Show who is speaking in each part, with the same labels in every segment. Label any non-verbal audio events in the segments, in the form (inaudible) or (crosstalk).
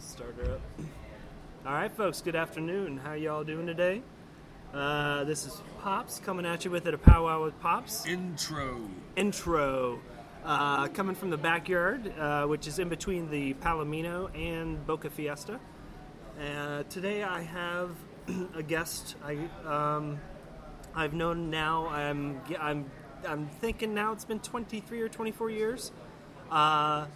Speaker 1: start her up. All right, folks. Good afternoon. How y'all doing today? Uh, this is Pops coming at you with it a powwow with Pops
Speaker 2: Intro.
Speaker 1: intro. Uh, coming from the backyard, uh, which is in between the Palomino and Boca Fiesta. Uh, today I have (clears throat) a guest I, um, I've known now. I'm, I'm, I'm thinking now it's been 23 or 24 years. Uh,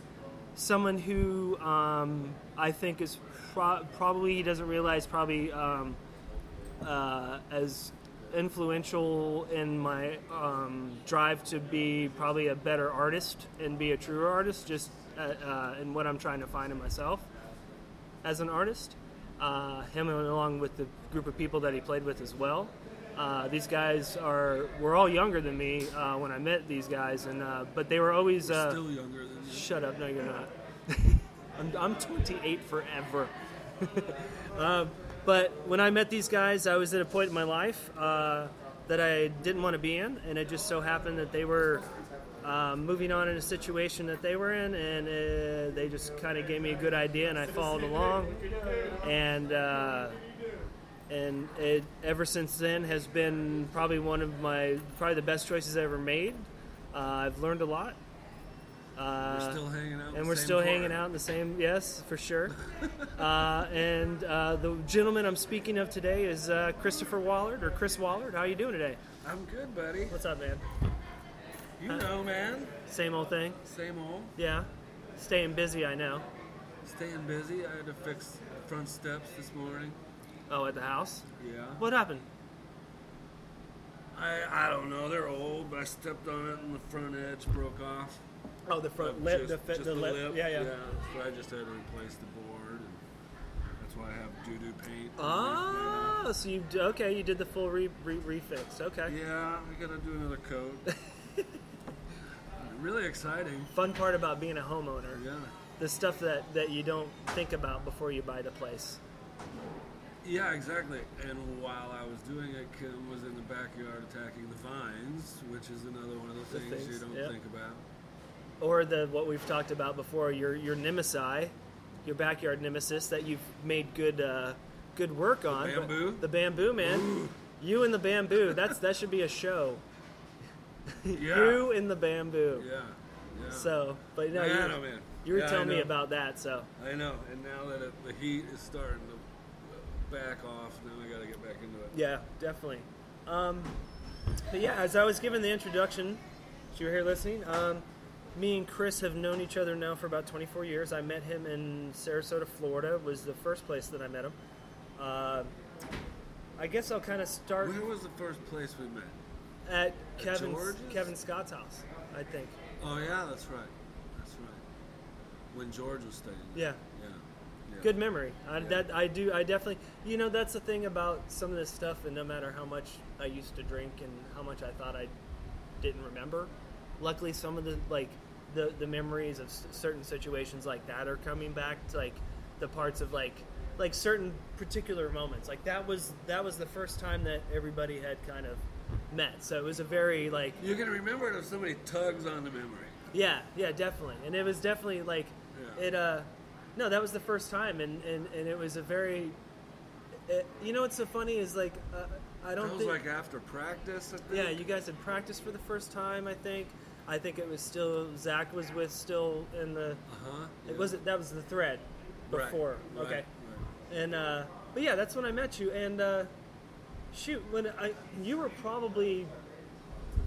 Speaker 1: someone who um, I think is pro- probably, he doesn't realize, probably um, uh, as influential in my um, drive to be probably a better artist and be a truer artist, just uh, uh, in what I'm trying to find in myself as an artist. Uh, him and along with the group of people that he played with as well. Uh, these guys are were all younger than me uh, when I met these guys, and uh, but they were always uh,
Speaker 2: Still younger than you.
Speaker 1: Shut up! No, you're not. (laughs) I'm, I'm 28 forever. (laughs) Uh, but when I met these guys, I was at a point in my life uh, that I didn't want to be in, and it just so happened that they were uh, moving on in a situation that they were in, and uh, they just kind of gave me a good idea, and I followed along, and. Uh, and it ever since then has been probably one of my probably the best choices I ever made. Uh, I've learned a lot. Uh,
Speaker 2: We're still hanging out. in
Speaker 1: and
Speaker 2: the
Speaker 1: we're
Speaker 2: same
Speaker 1: still
Speaker 2: car.
Speaker 1: hanging out in the same yes for sure
Speaker 2: (laughs)
Speaker 1: uh, and uh, the gentleman i'm speaking of today is uh, christopher wallard or chris wallard how you doing today
Speaker 2: I'm good, buddy.
Speaker 1: what's up man
Speaker 2: You
Speaker 1: Uh,
Speaker 2: know, man.
Speaker 1: same old thing
Speaker 2: Same old.
Speaker 1: yeah staying busy i know
Speaker 2: Staying busy. I had to fix front steps this morning.
Speaker 1: oh at the house
Speaker 2: Yeah.
Speaker 1: what happened
Speaker 2: I I don't know. They're old, but I stepped on it and the front edge broke off.
Speaker 1: oh the
Speaker 2: But just- just
Speaker 1: yeah yeah,
Speaker 2: So I just had to replace the board. And that's why I have doo doo paint. and
Speaker 1: Oh, so you d- okay? You did the full re, re, refix. Okay,
Speaker 2: everything. Yeah, I gotta do
Speaker 1: (laughs)
Speaker 2: another coat. really exciting.
Speaker 1: fun part about being a homeowner.
Speaker 2: Yeah.
Speaker 1: The stuff that, that you don't think about before you buy the place.
Speaker 2: Yeah, exactly. And while I was doing it, Kim was in the backyard attacking the vines, which is another one of the
Speaker 1: The
Speaker 2: things,
Speaker 1: things,
Speaker 2: you don't
Speaker 1: yeah.
Speaker 2: think about.
Speaker 1: or the what we've talked about before your your nemesis your backyard nemesis that you've made good uh, good work on but-
Speaker 2: bamboo?
Speaker 1: the bamboo man you and the bamboo that's that should be a show
Speaker 2: Yeah.
Speaker 1: (laughs) you and the bamboo
Speaker 2: Yeah. Yeah.
Speaker 1: so but no
Speaker 2: man,
Speaker 1: you,
Speaker 2: oh, man.
Speaker 1: you were
Speaker 2: Yeah, I
Speaker 1: telling me
Speaker 2: know.
Speaker 1: about that so
Speaker 2: I know. And now that it, the heat is starting to back off, now I got to get back into it.
Speaker 1: yeah definitely um, but yeah as i was given the introduction if you were here listening um, me and chris have known each other now for about 24 years i met him in sarasota florida was the first place that i met him uh, i guess i'll kind of start
Speaker 2: Where was the first place we met?
Speaker 1: at kevin's,
Speaker 2: George's?
Speaker 1: kevin scott's house i think
Speaker 2: Oh, yeah, that's right. That's right. When George was staying. there.
Speaker 1: yeah
Speaker 2: Yeah. yeah.
Speaker 1: good memory. I,
Speaker 2: Yeah.
Speaker 1: That I do. I definitely. You know, that's the thing about some of this stuff. And no matter how much I used to drink and how much I thought I didn't remember, luckily some of the like the the memories of s- certain situations like that are coming back. To, like the parts of like like certain particular moments. Like that was that was the first time that everybody had kind of met. So it was a very like
Speaker 2: You can remember it if somebody tugs on the memory.
Speaker 1: yeah, yeah, definitely. And it was definitely like
Speaker 2: Yeah.
Speaker 1: it uh no, that was the first time and and, and it was a very it, you know what's so funny is like uh, I don't
Speaker 2: That was
Speaker 1: think
Speaker 2: like after practice, I think.
Speaker 1: yeah, you guys had practiced for the first time, I think. I think it was still Zach was with still in the
Speaker 2: Uh-huh.
Speaker 1: it wasn't that was the thread
Speaker 2: Right,
Speaker 1: before.
Speaker 2: right,
Speaker 1: okay.
Speaker 2: right.
Speaker 1: And uh but yeah, that's when I met you and uh shoot, when I you were probably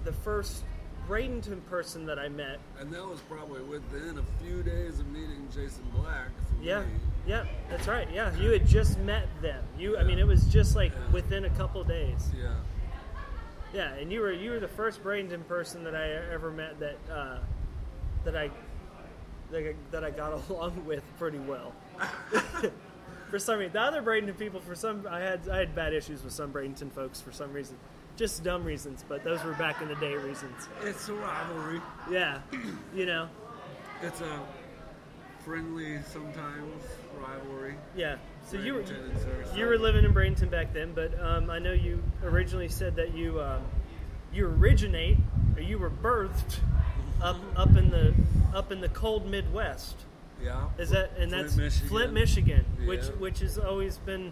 Speaker 1: the first Bradenton person that I met
Speaker 2: And that was probably within a few days of meeting Jason Black. For
Speaker 1: Yeah,
Speaker 2: me.
Speaker 1: yeah, that's right. Yeah, you had just met them. You, I mean, it was just like
Speaker 2: Yeah.
Speaker 1: within a couple days.
Speaker 2: Yeah.
Speaker 1: Yeah, and you were you were the first Bradenton person that I e-, ever met that uh, that I that I, that I got (laughs) along with pretty well. (laughs) for some reason, the other Bradenton people, for some, I had I had bad issues with some Bradenton folks for some reason, just dumb reasons. But those were back in the day reasons.
Speaker 2: It's a rivalry.
Speaker 1: Yeah, you know,
Speaker 2: It's a friendly sometimes rivalry.
Speaker 1: yeah. So you were.
Speaker 2: Bradenton and Sarasota.
Speaker 1: You were living in Bradenton back then, but um, I know you originally said that you um, you originate or you were birthed up up in the up in the cold Midwest.
Speaker 2: Yeah.
Speaker 1: Is that and
Speaker 2: Flint,
Speaker 1: that's
Speaker 2: Michigan.
Speaker 1: Flint, Michigan, which
Speaker 2: Yeah.
Speaker 1: which has always been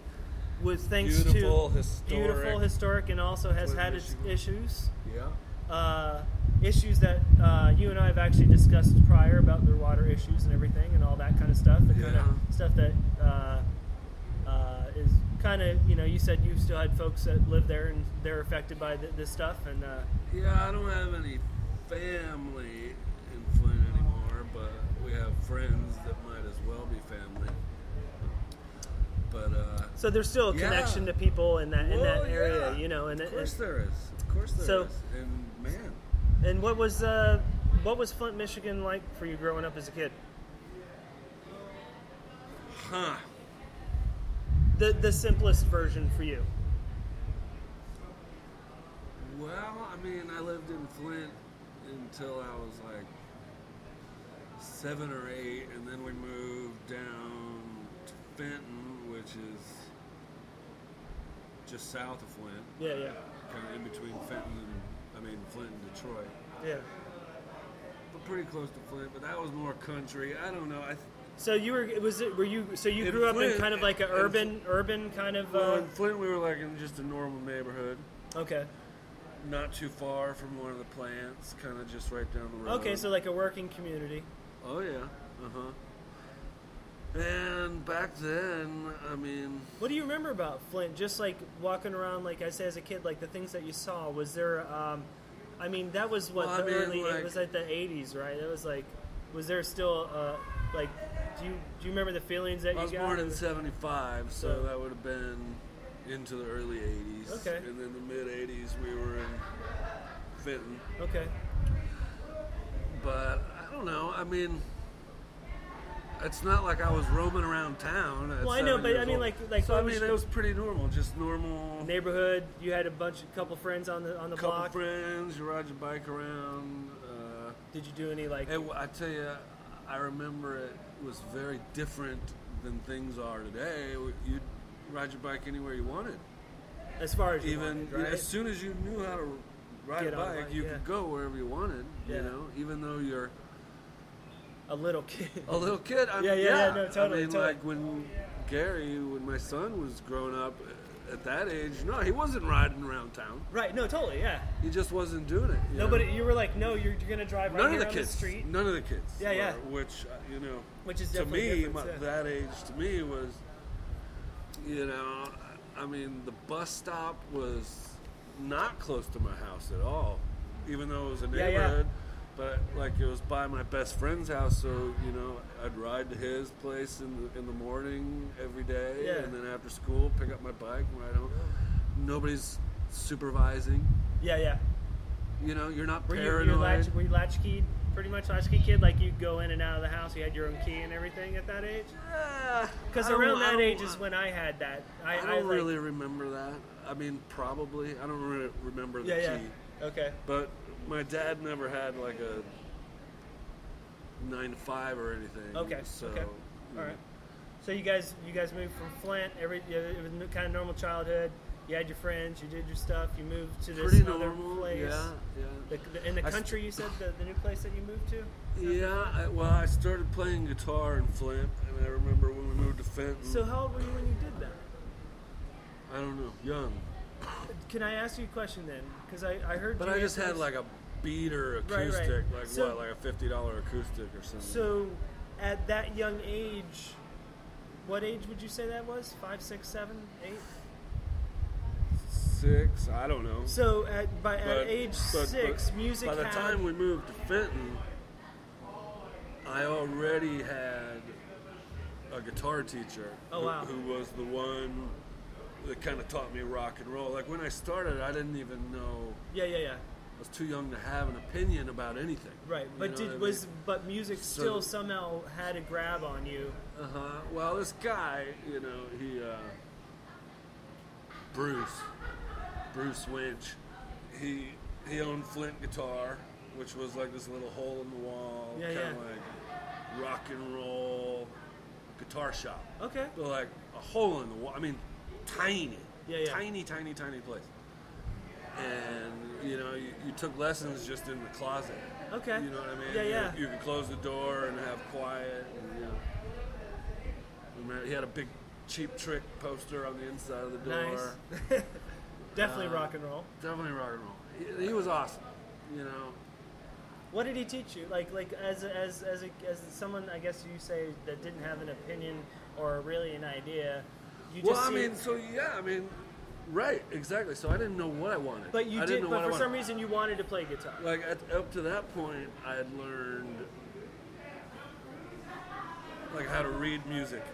Speaker 1: was thanks
Speaker 3: Beautiful,
Speaker 1: to
Speaker 3: historic-
Speaker 1: beautiful historic and also has
Speaker 2: Flint,
Speaker 1: had its
Speaker 2: Michigan.
Speaker 1: issues.
Speaker 2: Yeah.
Speaker 1: uh, issues that uh, you and I have actually discussed prior about their water issues and everything and all that kind of stuff. The kind
Speaker 2: Yeah.
Speaker 1: of stuff that uh, uh, is kind of you know you said you still had folks that live there and they're affected by th- this stuff and uh,
Speaker 2: Yeah, I don't have any family in Flint anymore, but we have friends that might as well be family. But uh,
Speaker 1: so there's still a
Speaker 2: Yeah.
Speaker 1: connection to people in that in
Speaker 2: Well,
Speaker 1: that area,
Speaker 2: yeah.
Speaker 1: you know. And
Speaker 2: of
Speaker 1: and-
Speaker 2: course there is. Of course there is.
Speaker 1: So-
Speaker 2: And man,
Speaker 1: and what was uh, what was Flint, Michigan like for you growing up as a kid?
Speaker 2: huh?
Speaker 1: The the simplest version for you.
Speaker 2: Well, I mean, I lived in Flint until I was like seven or eight, and then we moved down to Fenton, which is just south of Flint,
Speaker 1: Yeah, yeah,
Speaker 2: kind of in between Fenton and, I mean, Flint and Detroit.
Speaker 1: yeah.
Speaker 2: But pretty close to Flint, but that was more country. I don't know. I th-
Speaker 1: So you were was it were you so you
Speaker 2: In
Speaker 1: grew up in
Speaker 2: Flint-
Speaker 1: kind of like an
Speaker 2: in-
Speaker 1: urban urban kind of
Speaker 2: well,
Speaker 1: uh,
Speaker 2: in Flint, we were like in just a normal neighborhood,
Speaker 1: okay
Speaker 2: not too far from one of the plants, kind of just right down the road.
Speaker 1: okay so like a working community
Speaker 2: Oh yeah. Uh huh. And back then, I mean,
Speaker 1: what do you remember about Flint just like walking around like I say as a kid like the things that you saw was there um, I mean that was what
Speaker 2: Well, I
Speaker 1: the
Speaker 2: mean,
Speaker 1: early it
Speaker 2: like-
Speaker 1: was like the 80s right it was like was there still uh, like do you do you remember the feelings that
Speaker 2: I
Speaker 1: you
Speaker 2: was
Speaker 1: got
Speaker 2: born in '75, so
Speaker 1: So-
Speaker 2: that would have been into the early '80s.
Speaker 1: Okay.
Speaker 2: And then the mid '80s, we were in Fenton.
Speaker 1: okay
Speaker 2: But I don't know. I mean, it's not like I was roaming around town. at
Speaker 1: Well, I know,
Speaker 2: seven
Speaker 1: but I
Speaker 2: years
Speaker 1: mean,
Speaker 2: old.
Speaker 1: like- like,
Speaker 2: so I
Speaker 1: what was
Speaker 2: mean,
Speaker 1: your-
Speaker 2: it was pretty normal, just normal.
Speaker 1: neighborhood you had a bunch a couple friends on the on the
Speaker 2: Couple
Speaker 1: block
Speaker 2: friends, you ride your bike around. Uh,
Speaker 1: did you do any like
Speaker 2: It, I tell you, I remember it was very different than things are today. You'd ride your bike anywhere you wanted.
Speaker 1: as far as you
Speaker 2: Even
Speaker 1: wanted, right?
Speaker 2: as soon as you knew how to ride
Speaker 1: Get
Speaker 2: a
Speaker 1: on a
Speaker 2: bike,
Speaker 1: bike,
Speaker 2: you
Speaker 1: yeah.
Speaker 2: could go wherever you wanted.
Speaker 1: Yeah.
Speaker 2: You know, even though you're
Speaker 1: a little kid
Speaker 2: a little kid. I
Speaker 1: Yeah,
Speaker 2: mean,
Speaker 1: yeah, yeah, no, totally,
Speaker 2: I mean,
Speaker 1: totally.
Speaker 2: like when Gary, when my son was growing up. uh, At that age, no, he wasn't riding around town.
Speaker 1: right no totally yeah
Speaker 2: He just wasn't doing it. you know?
Speaker 1: Nobody, you were like, no, you're, you're gonna drive right
Speaker 2: None
Speaker 1: here
Speaker 2: of the
Speaker 1: on
Speaker 2: kids.
Speaker 1: the street,
Speaker 2: None of the kids.
Speaker 1: Yeah,
Speaker 2: were,
Speaker 1: yeah.
Speaker 2: Which uh, you know,
Speaker 1: which is
Speaker 2: to
Speaker 1: definitely
Speaker 2: me,
Speaker 1: different,
Speaker 2: my,
Speaker 1: yeah.
Speaker 2: that age to me was, you know, I mean, the bus stop was not close to my house at all, even though it was a
Speaker 1: Yeah, yeah.
Speaker 2: neighborhood. But like it was by my best friend's house, so you know, I'd ride to his place in the, in the morning every day,
Speaker 1: Yeah.
Speaker 2: and then after school, pick up my bike and ride home. Nobody's supervising.
Speaker 1: yeah, yeah.
Speaker 2: You know, you're not
Speaker 1: Were you,
Speaker 2: paranoid.
Speaker 1: you latch, were you latchkey, pretty much latchkey kid? Like you go in and out of the house, you had your own key and everything at that age? Because
Speaker 2: Uh, I don't-
Speaker 1: around
Speaker 2: I
Speaker 1: that
Speaker 2: don't-
Speaker 1: age is when I had that. I,
Speaker 2: I
Speaker 1: I,
Speaker 2: don't
Speaker 1: like-
Speaker 2: really remember that. I mean, probably. I don't re- remember the
Speaker 1: yeah,
Speaker 2: key.
Speaker 1: yeah. Okay.
Speaker 2: But my dad never had like a nine to five or anything.
Speaker 1: Okay,
Speaker 2: So, mm.
Speaker 1: okay.
Speaker 2: you know.
Speaker 1: All right. So you guys, you guys moved from Flint. Every you it was kind of normal childhood. You had your friends. You did your stuff. You moved to this
Speaker 2: Pretty
Speaker 1: other
Speaker 2: normal.
Speaker 1: place.
Speaker 2: Yeah,
Speaker 1: The, the, in the
Speaker 2: I s- Mm.
Speaker 1: country, you said the, the new place that you moved to.
Speaker 2: yeah. Yeah. I, well, I started playing guitar in Flint, and I remember when we moved to Fenton.
Speaker 1: So how old were you when you did that?
Speaker 2: I don't know, young.
Speaker 1: Can I ask you a question then? Because I, I heard.
Speaker 2: But
Speaker 1: you
Speaker 2: I just
Speaker 1: answer
Speaker 2: had
Speaker 1: this-
Speaker 2: like a beater acoustic,
Speaker 1: right.
Speaker 2: like
Speaker 1: So-
Speaker 2: what, like a fifty dollar acoustic or something.
Speaker 1: So, at that young age, what age would you say that was? Five, six, seven, eight.
Speaker 2: six, I don't know.
Speaker 1: So at by at
Speaker 2: But-
Speaker 1: age
Speaker 2: but- but
Speaker 1: six, music.
Speaker 2: By the
Speaker 1: had,
Speaker 2: time we moved to Fenton, I already had a guitar teacher
Speaker 1: Oh,
Speaker 2: who,
Speaker 1: wow.
Speaker 2: who was the one that kind of taught me rock and roll. Like when I started, I didn't even know.
Speaker 1: yeah, yeah, yeah.
Speaker 2: I was too young to have an opinion about anything.
Speaker 1: Right,
Speaker 2: You
Speaker 1: but
Speaker 2: know
Speaker 1: did
Speaker 2: what I mean?
Speaker 1: was but music
Speaker 2: So-
Speaker 1: still somehow had a grab on you?
Speaker 2: Uh-huh. Well, this guy, you know, he uh, Bruce, Bruce Winch, he he owned Flint Guitar, which was like this little hole in the wall,
Speaker 1: Yeah,
Speaker 2: kind of
Speaker 1: yeah.
Speaker 2: like rock and roll guitar shop,
Speaker 1: Okay.
Speaker 2: but like a hole in the wall. I mean, tiny,
Speaker 1: Yeah, yeah.
Speaker 2: tiny, tiny, tiny place. and you know you, you took lessons just in the closet.
Speaker 1: Okay.
Speaker 2: You know what I mean?
Speaker 1: Yeah,
Speaker 2: You-
Speaker 1: yeah.
Speaker 2: You, could close the door and have quiet. And, you know. Remember, he had a big cheap trick poster on the inside of the door.
Speaker 1: Nice. (laughs) Definitely
Speaker 2: Uh,
Speaker 1: rock and roll.
Speaker 2: Definitely rock and roll. He, he was awesome. You know,
Speaker 1: What did he teach you? Like, like as a- as as a, as someone, I guess you say that didn't have an opinion or really an idea. You just
Speaker 2: Well, I
Speaker 1: see-
Speaker 2: mean, so yeah, I mean, right, exactly. So I didn't know what I wanted.
Speaker 1: but you
Speaker 2: I
Speaker 1: did.
Speaker 2: Didn't know
Speaker 1: But
Speaker 2: what
Speaker 1: for
Speaker 2: I
Speaker 1: some
Speaker 2: wanted.
Speaker 1: reason, you wanted to play guitar.
Speaker 2: like at, up to that point, I had learned like how to read music,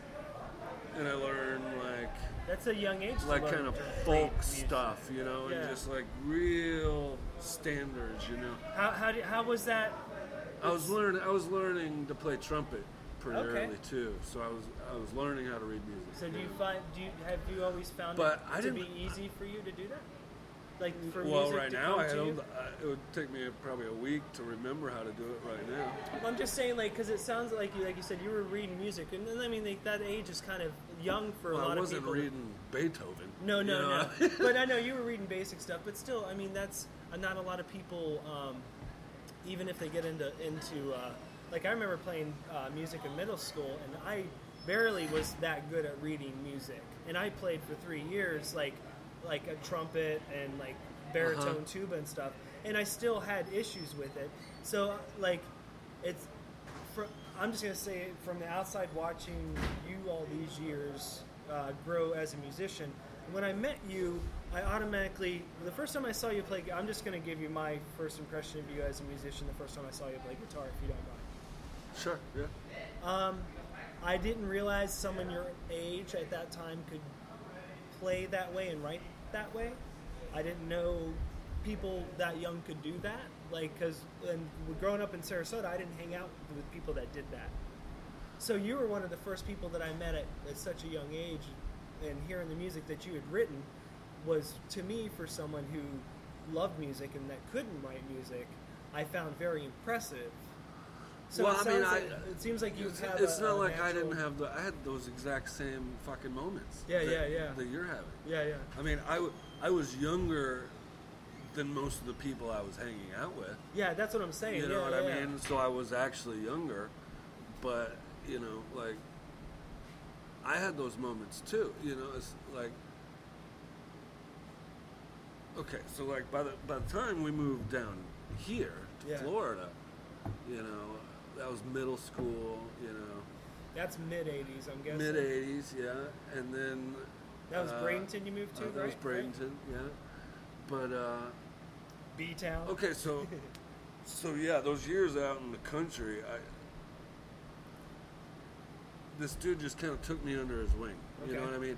Speaker 2: and I learned like
Speaker 1: That's a young age. to
Speaker 2: like
Speaker 1: learn
Speaker 2: kind of
Speaker 1: to read
Speaker 2: folk
Speaker 1: music.
Speaker 2: stuff, you know,
Speaker 1: Yeah.
Speaker 2: and just like real standards, you know.
Speaker 1: How how, did, how was that?
Speaker 2: I was learning. I was learning to play trumpet pretty
Speaker 1: Okay.
Speaker 2: early too, so I was I was learning how to read music.
Speaker 1: So do
Speaker 2: you
Speaker 1: you
Speaker 2: know.
Speaker 1: find do you have you always found
Speaker 2: But
Speaker 1: it
Speaker 2: I
Speaker 1: to be
Speaker 2: didn't-
Speaker 1: easy for you to do that? Like for
Speaker 2: Well,
Speaker 1: music
Speaker 2: right
Speaker 1: to
Speaker 2: now,
Speaker 1: come
Speaker 2: I
Speaker 1: to
Speaker 2: don't.
Speaker 1: you?
Speaker 2: I, it would take me probably a week to remember how to do it right now.
Speaker 1: Well, I'm just saying, like, because it sounds like you, like you said, you were reading music, and then, I mean, like, that age is kind of young for a
Speaker 2: Well,
Speaker 1: lot
Speaker 2: I wasn't
Speaker 1: of people. to-
Speaker 2: reading Beethoven.
Speaker 1: No,
Speaker 2: you
Speaker 1: no,
Speaker 2: know?
Speaker 1: no. but I know you were reading basic stuff, but still, I mean, that's uh, not a lot of people. Um, even if they get into into uh, like, I remember playing uh, music in middle school, and I barely was that good at reading music, and I played for three years, like like a trumpet and like baritone tuba and stuff, and I still had issues with it. So like, it's. fr I'm just gonna say it from the outside watching you all these years uh, grow as a musician. When I met you, I automatically the first time I saw you play. I'm just gonna give you my first impression of you as a musician. The first time I saw you play guitar, if you don't mind.
Speaker 2: (laughs) Sure. Yeah.
Speaker 1: I didn't realize someone your age at that time could play that way and write that way. I didn't know people that young could do that. Like, because and growing up in Sarasota, I didn't hang out with people that did that. So you were one of the first people that I met at, at such a young age, and hearing the music that you had written was to me for someone who loved music and that couldn't write music, I found very impressive. So
Speaker 2: Well,
Speaker 1: it
Speaker 2: I mean,
Speaker 1: sounds
Speaker 2: I-
Speaker 1: like- it seems like you
Speaker 2: It's,
Speaker 1: have.
Speaker 2: it's
Speaker 1: a-
Speaker 2: not
Speaker 1: a
Speaker 2: like I
Speaker 1: natural-
Speaker 2: didn't have the. I had those exact same fucking moments.
Speaker 1: Yeah,
Speaker 2: that,
Speaker 1: yeah, yeah.
Speaker 2: That you're having.
Speaker 1: Yeah, yeah.
Speaker 2: I mean, I, w- I was younger than most of the people I was hanging out with.
Speaker 1: Yeah, that's what I'm saying.
Speaker 2: You know
Speaker 1: yeah,
Speaker 2: what
Speaker 1: yeah.
Speaker 2: I mean? So I was actually younger, but you know, like I had those moments too. You know, it's like okay, so like by the by the time we moved down here to
Speaker 1: Yeah.
Speaker 2: Florida, you know, that was middle school. You know,
Speaker 1: That's mid 80s, I'm guessing.
Speaker 2: mid '80s, yeah, and then
Speaker 1: That was
Speaker 2: uh,
Speaker 1: Bradenton you moved to,
Speaker 2: uh, that was
Speaker 1: right?
Speaker 2: Bradenton, yeah, but. uh
Speaker 1: B Town.
Speaker 2: Okay, so, so yeah, those years out in the country, I, this dude just kind of took me under his wing. You know
Speaker 1: Okay.
Speaker 2: what I mean?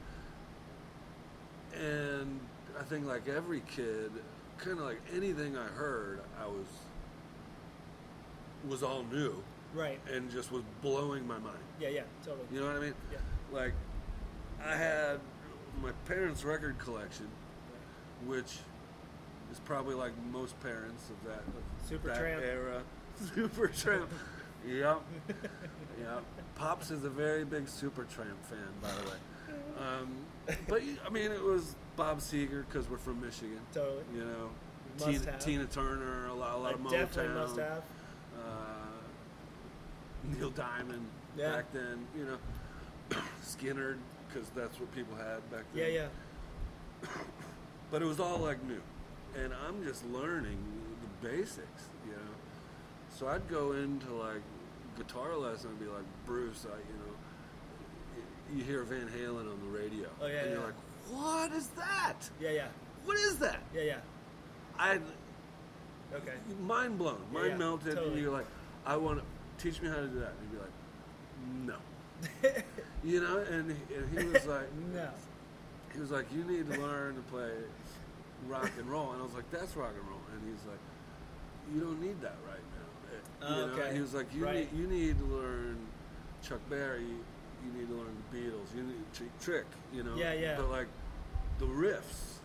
Speaker 2: And I think like every kid, kind of like anything I heard, I was was all new
Speaker 1: Right.
Speaker 2: and just was blowing my mind.
Speaker 1: Yeah, yeah, totally.
Speaker 2: You know what I mean?
Speaker 1: Yeah.
Speaker 2: Like, I had my parents' record collection, which is probably like most parents of that, of that
Speaker 1: Supertramp. (laughs)
Speaker 2: era. Super Tramp. yep. Yep. Pops is a very big Super Tramp fan, by the way. Um, but, you- I mean, it was Bob Seger because we're from Michigan.
Speaker 1: Totally.
Speaker 2: You know,
Speaker 1: Must
Speaker 2: Tina,
Speaker 1: have.
Speaker 2: Tina Turner, a lot, a lot
Speaker 1: Like,
Speaker 2: of Motown
Speaker 1: definitely must have.
Speaker 2: uh, Neil Diamond
Speaker 1: Yeah.
Speaker 2: back then, you know, (clears throat) Skinner, because that's what people had back then.
Speaker 1: Yeah, yeah.
Speaker 2: But it was all like new, and I'm just learning the basics, you know. So I'd go into like guitar lesson and be like, Bruce, I, you know, y- you hear Van Halen on the radio,
Speaker 1: Oh, yeah,
Speaker 2: and
Speaker 1: yeah.
Speaker 2: you're like, what is that?
Speaker 1: Yeah, yeah.
Speaker 2: What is that?
Speaker 1: Yeah, yeah.
Speaker 2: I
Speaker 1: Okay.
Speaker 2: mind blown,
Speaker 1: Yeah,
Speaker 2: mind
Speaker 1: yeah,
Speaker 2: melted.
Speaker 1: totally.
Speaker 2: And you're like, I want to teach me how to do that. And you'd be like, no, you know. And, and he was like,
Speaker 1: (laughs) No.
Speaker 2: he was like, you need to learn to play rock and roll. And I was like, that's rock and roll. And he's like, you don't need that right now. Eh,
Speaker 1: Oh,
Speaker 2: You know?
Speaker 1: okay.
Speaker 2: He was like, you
Speaker 1: Right.
Speaker 2: need you need to learn Chuck Berry. You need to learn the Beatles. You need Trick, trick you know.
Speaker 1: Yeah, yeah.
Speaker 2: But like the riffs,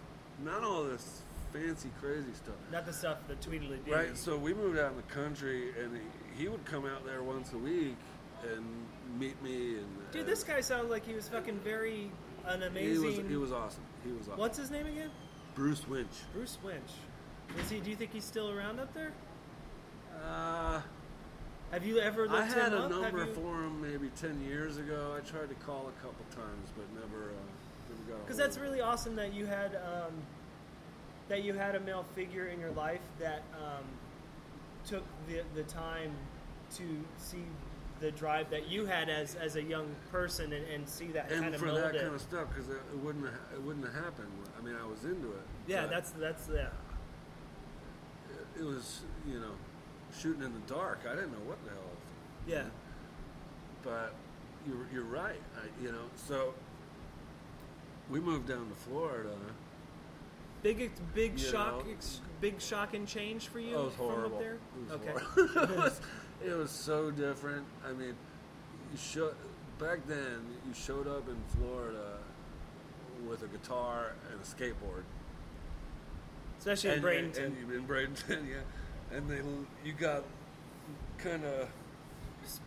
Speaker 2: not all this fancy crazy stuff.
Speaker 1: (laughs) Not the stuff, the Tweedledee.
Speaker 2: Right, so we moved out in the country, and he, he would come out there once a week and meet me. And
Speaker 1: Dude, this guy sounds like he was fucking very an
Speaker 2: he
Speaker 1: amazing.
Speaker 2: was he was awesome. He was awesome.
Speaker 1: What's his name again?
Speaker 2: Bruce Winch.
Speaker 1: Bruce Winch. Is he? Do you think he's still around up there?
Speaker 2: Uh,
Speaker 1: Have you ever
Speaker 2: I
Speaker 1: looked
Speaker 2: had
Speaker 1: him
Speaker 2: a
Speaker 1: up? Have
Speaker 2: number
Speaker 1: you-
Speaker 2: for him maybe ten years ago. I tried to call a couple times, but never, uh, never got. a
Speaker 1: Because
Speaker 2: hold
Speaker 1: that's
Speaker 2: of
Speaker 1: really awesome that you had um, that you had a male figure in your life that um, took the, the time to see the drive that you had as, as a young person and, and see that
Speaker 2: him.
Speaker 1: kind
Speaker 2: And
Speaker 1: of
Speaker 2: for
Speaker 1: mold
Speaker 2: that
Speaker 1: it.
Speaker 2: kind of stuff, because it, it wouldn't, ha- it wouldn't have happened. I mean, I was into it.
Speaker 1: yeah,
Speaker 2: but
Speaker 1: that's that's yeah.
Speaker 2: it, it was, you know, shooting in the dark. I didn't know what the hell.
Speaker 1: yeah.
Speaker 2: but you're, you're right. I, you know, so we moved down to Florida.
Speaker 1: Big ex- big
Speaker 2: You
Speaker 1: shock
Speaker 2: know.
Speaker 1: ex- big shock and change for you
Speaker 2: Oh, it was
Speaker 1: from
Speaker 2: horrible.
Speaker 1: up there.
Speaker 2: It was
Speaker 1: okay.
Speaker 2: horrible. (laughs) it, was, it was so different. I mean, you show, back then you showed up in Florida with a guitar and a skateboard.
Speaker 1: (laughs) Especially in
Speaker 2: and,
Speaker 1: Bradenton.
Speaker 2: And, and in (laughs) Bradenton, yeah. And they, you got kind of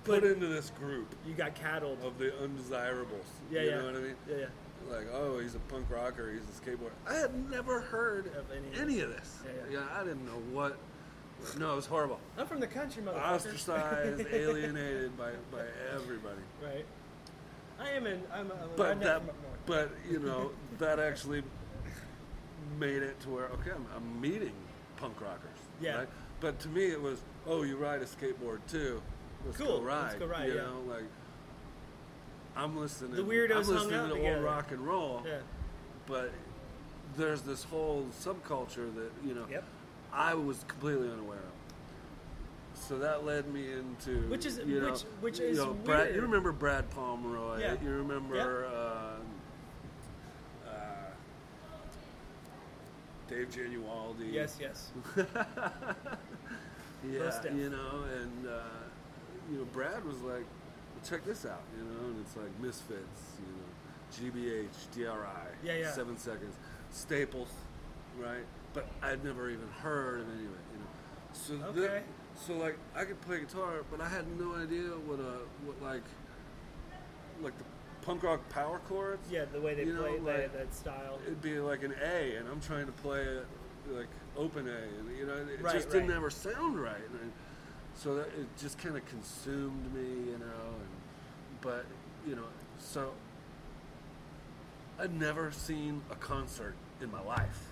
Speaker 2: put into this group
Speaker 1: you got cattled.
Speaker 2: of the undesirables.
Speaker 1: yeah,
Speaker 2: you
Speaker 1: yeah.
Speaker 2: know what I mean?
Speaker 1: Yeah, yeah.
Speaker 2: like, oh, he's a punk rocker, he's a skateboarder. I had never heard of any, of this.
Speaker 1: Yeah,
Speaker 2: Yeah,
Speaker 1: yeah.
Speaker 2: I didn't know what. No, it was horrible.
Speaker 1: I'm from the country, motherfucker. (laughs)
Speaker 2: Ostracized, alienated by, by everybody.
Speaker 1: Right. I am in. I'm a, I'm a
Speaker 2: But
Speaker 1: redneck
Speaker 2: that,
Speaker 1: from up north.
Speaker 2: but you know, that actually made it to where okay, I'm, I'm meeting punk rockers.
Speaker 1: Yeah.
Speaker 2: Right? But to me, it was oh, you ride a skateboard too. Let's
Speaker 1: Cool,
Speaker 2: Go ride.
Speaker 1: let's go ride,
Speaker 2: You
Speaker 1: yeah.
Speaker 2: know, like I'm listening.
Speaker 1: The weirdos
Speaker 2: I'm
Speaker 1: hung
Speaker 2: listening
Speaker 1: out
Speaker 2: to
Speaker 1: together.
Speaker 2: old rock and roll.
Speaker 1: Yeah.
Speaker 2: but there's this whole subculture that you know
Speaker 1: Yep.
Speaker 2: I was completely unaware of. So that led me into
Speaker 1: Which is-
Speaker 2: you know,
Speaker 1: which- which
Speaker 2: you
Speaker 1: is
Speaker 2: know, Brad, you
Speaker 1: weird.
Speaker 2: remember Brad Pomeroy?
Speaker 1: Yeah.
Speaker 2: You remember uh, uh, Dave Genualdi?
Speaker 1: Yes.
Speaker 2: (laughs)
Speaker 1: Yes. Most
Speaker 2: Yeah,
Speaker 1: definitely.
Speaker 2: you know, and uh, you know, Brad was like, well, "Check this out," you know, and it's like Misfits, you know, GBH, DRI,
Speaker 1: Yeah, yeah.
Speaker 2: Seven Seconds, Staples, right? But I'd never even heard of any of it, you know. So the-
Speaker 1: Okay.
Speaker 2: so like I could play guitar, but I had no idea what a what like like the punk rock power chords.
Speaker 1: Yeah. The way they
Speaker 2: You know,
Speaker 1: play that,
Speaker 2: like-
Speaker 1: that style.
Speaker 2: It'd be like an A, and I'm trying to play it like open A, and you know, it
Speaker 1: Right,
Speaker 2: just didn't
Speaker 1: right.
Speaker 2: ever sound right. And so that it just kind of consumed me, you know. And, but you know, so I'd never seen a concert in my life.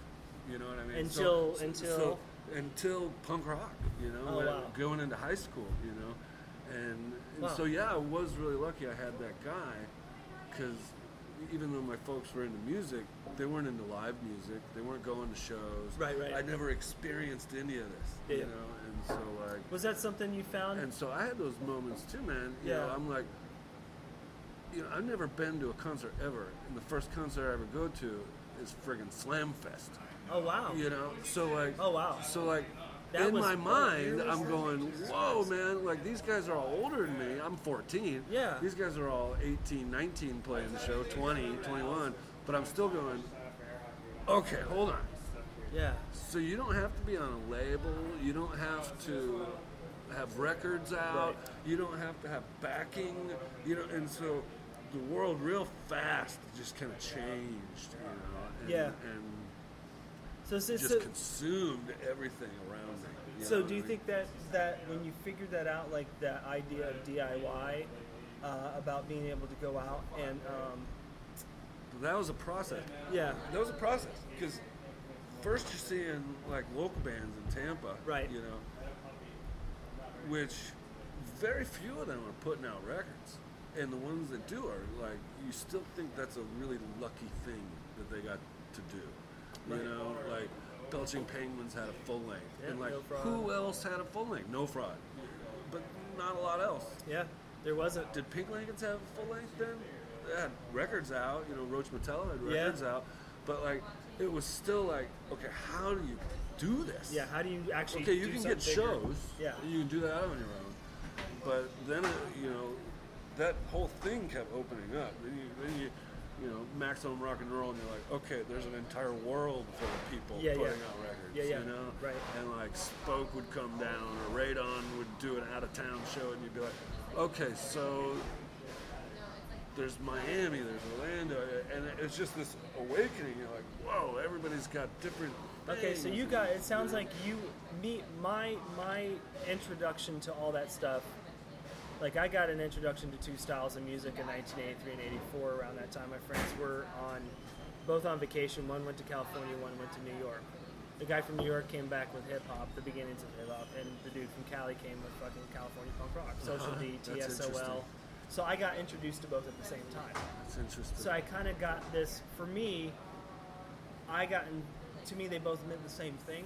Speaker 2: You know what I mean?
Speaker 1: Until-
Speaker 2: so, so,
Speaker 1: until-
Speaker 2: until punk rock. You know,
Speaker 1: Oh,
Speaker 2: when-
Speaker 1: wow.
Speaker 2: going into high school. You know, and, and
Speaker 1: Wow.
Speaker 2: so yeah, I was really lucky. I had that guy because even though my folks were into music, they weren't into live music. They weren't going to shows.
Speaker 1: Right, right.
Speaker 2: I never experienced any of this. You
Speaker 1: Yeah.
Speaker 2: know, and so like.
Speaker 1: Was that something you found?
Speaker 2: And so I had those moments too, man. You know,
Speaker 1: Yeah.
Speaker 2: I'm like, you know, I've never been to a concert ever, and the first concert I ever go to is friggin' Slam Fest.
Speaker 1: oh wow.
Speaker 2: You know, so like,
Speaker 1: Oh, wow.
Speaker 2: so like.
Speaker 1: That
Speaker 2: in
Speaker 1: was-
Speaker 2: my mind,
Speaker 1: that was-
Speaker 2: I'm going, whoa, man, like these guys are all older than me. I'm 14.
Speaker 1: Yeah.
Speaker 2: These guys are all 18, 19 playing the show, 20, 21. But I'm still going, okay, hold on.
Speaker 1: Yeah.
Speaker 2: So you don't have to be on a label. You don't have to have records out.
Speaker 1: Right.
Speaker 2: You don't have to have backing. You know, and so the world real fast just kind of changed. You know, and,
Speaker 1: Yeah.
Speaker 2: and
Speaker 1: So so,
Speaker 2: just
Speaker 1: so,
Speaker 2: consumed everything around me.
Speaker 1: so
Speaker 2: know
Speaker 1: do you
Speaker 2: what I mean?
Speaker 1: think that that when you figured that out, like that idea of DIY, uh, about being able to go out and um,
Speaker 2: that was a process?
Speaker 1: yeah.
Speaker 2: That was a process because first you're seeing like local bands in Tampa,
Speaker 1: Right.
Speaker 2: You know, which very few of them are putting out records, and the ones that do are like you still think that's a really lucky thing that they got to do. You know, like Belching Penguins had a full length,
Speaker 1: Yeah,
Speaker 2: and like
Speaker 1: No Fraud.
Speaker 2: who else had a full length? No fraud, but not a lot else.
Speaker 1: Yeah. There wasn't.
Speaker 2: Did Pink Lincolns have a full length then? They had records out, you know, Roach Mattel had
Speaker 1: Yeah.
Speaker 2: records out, but like it was still like, okay, how do you do this?
Speaker 1: Yeah. How do you actually?
Speaker 2: Okay, you
Speaker 1: do
Speaker 2: can
Speaker 1: something
Speaker 2: get
Speaker 1: bigger?
Speaker 2: shows.
Speaker 1: Yeah.
Speaker 2: You can do that on your own. But then, uh, you know, that whole thing kept opening up. Then you, then you, you know, maximum rock and roll, and you're like, okay, there's an entire world full of people
Speaker 1: Yeah,
Speaker 2: putting
Speaker 1: yeah.
Speaker 2: out records.
Speaker 1: Yeah, yeah.
Speaker 2: You know,
Speaker 1: Right.
Speaker 2: And like Spoke would come down, or Radon would do an out of town show, and you'd be like, okay, so there's Miami, there's Orlando, uh, and it's just this awakening. You're like, whoa, everybody's got different.
Speaker 1: Okay, so
Speaker 2: things.
Speaker 1: you got. It sounds like you me my my introduction to all that stuff. Like I got an introduction to two styles of music in 1983 and 84. Around that time, my friends were on both on vacation. One went to California, one went to New York. The guy from New York came back with hip hop, the beginnings of hip hop, and the dude from Cali came with fucking California punk rock, Social D,
Speaker 2: Uh-huh. that's
Speaker 1: TSOL.
Speaker 2: interesting.
Speaker 1: So I got introduced to both at the same time.
Speaker 2: It's interesting.
Speaker 1: So I kind of got this. For me, I got in, to me they both meant the same thing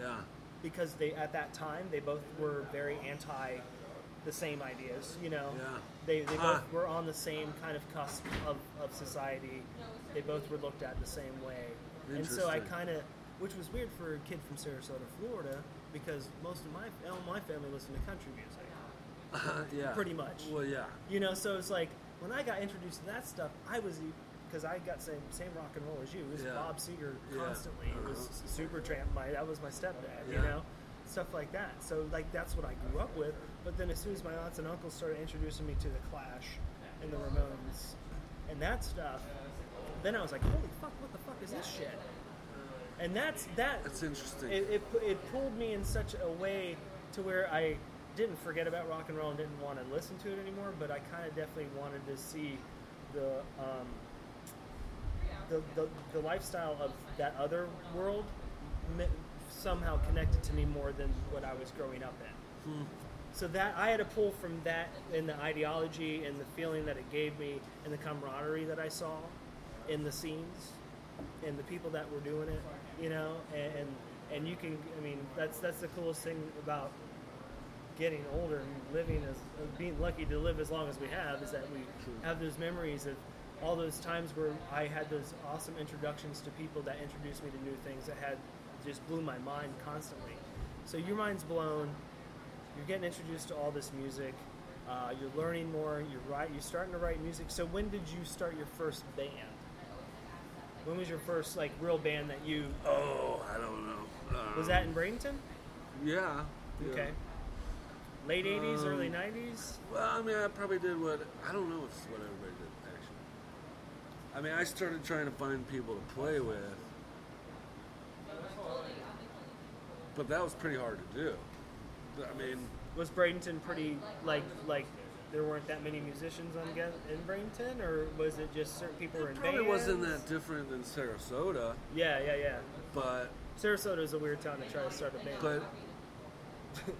Speaker 2: yeah. (laughs)
Speaker 1: because they at that time they both were very anti the same ideas. You know,
Speaker 2: Yeah.
Speaker 1: they they
Speaker 2: Huh.
Speaker 1: both were on the same kind of cusp of, of society. They both were looked at the same way, and so I
Speaker 2: Interesting.
Speaker 1: kind of. Which was weird for a kid from Sarasota, Florida, because most of my all my family listened to country music.
Speaker 2: yeah.
Speaker 1: Pretty much.
Speaker 2: Well, yeah.
Speaker 1: You know, so it's like when I got introduced to that stuff, I was because I got same same rock and roll as you. It was
Speaker 2: Yeah.
Speaker 1: Bob Seger
Speaker 2: Yeah. Uh-huh.
Speaker 1: constantly. It was Supertramp. My that was my stepdad. You
Speaker 2: Yeah.
Speaker 1: know, stuff like that. So like that's what I grew up with. But then as soon as my aunts and uncles started introducing me to the Clash and the Ramones and that stuff, then I was like, holy fuck, what the fuck is this shit? And that's that
Speaker 2: That's interesting.
Speaker 1: it, it, pu- it pulled me in such a way to where I didn't forget about rock and roll and didn't want to listen to it anymore, but I kind of definitely wanted to see the, um, the, the, the lifestyle of that other world mi- somehow connected to me more than what I was growing up in. So that I had a pull from that and the ideology and the feeling that it gave me and the camaraderie that I saw in the scenes and the people that were doing it, you know, and and, and you can, I mean, that's that's the coolest thing about getting older and living as of being lucky to live as long as we have is that we have those memories of all those times where I had those awesome introductions to people that introduced me to new things that had just blew my mind constantly. So your mind's blown. You're getting introduced to all this music. Uh, you're learning more. You're right. You're starting to write music. So when did you start your first band? When was your first like real band that you
Speaker 2: oh, I don't know. Uh,
Speaker 1: was that in Bradenton?
Speaker 2: Yeah. yeah.
Speaker 1: Okay. Late '80s,
Speaker 2: Um,
Speaker 1: early '90s.
Speaker 2: Well, I mean, I probably did what I don't know if it's what everybody did actually. I mean, I started trying to find people to play with, but that was pretty hard to do. I mean,
Speaker 1: Was Bradenton pretty like like there weren't that many musicians on guess in Bradenton, or was it just certain people were in
Speaker 2: it probably
Speaker 1: bands?
Speaker 2: wasn't that different than Sarasota,
Speaker 1: Yeah, yeah, yeah.
Speaker 2: but
Speaker 1: Sarasota is a weird town to try to start a band.
Speaker 2: but (laughs)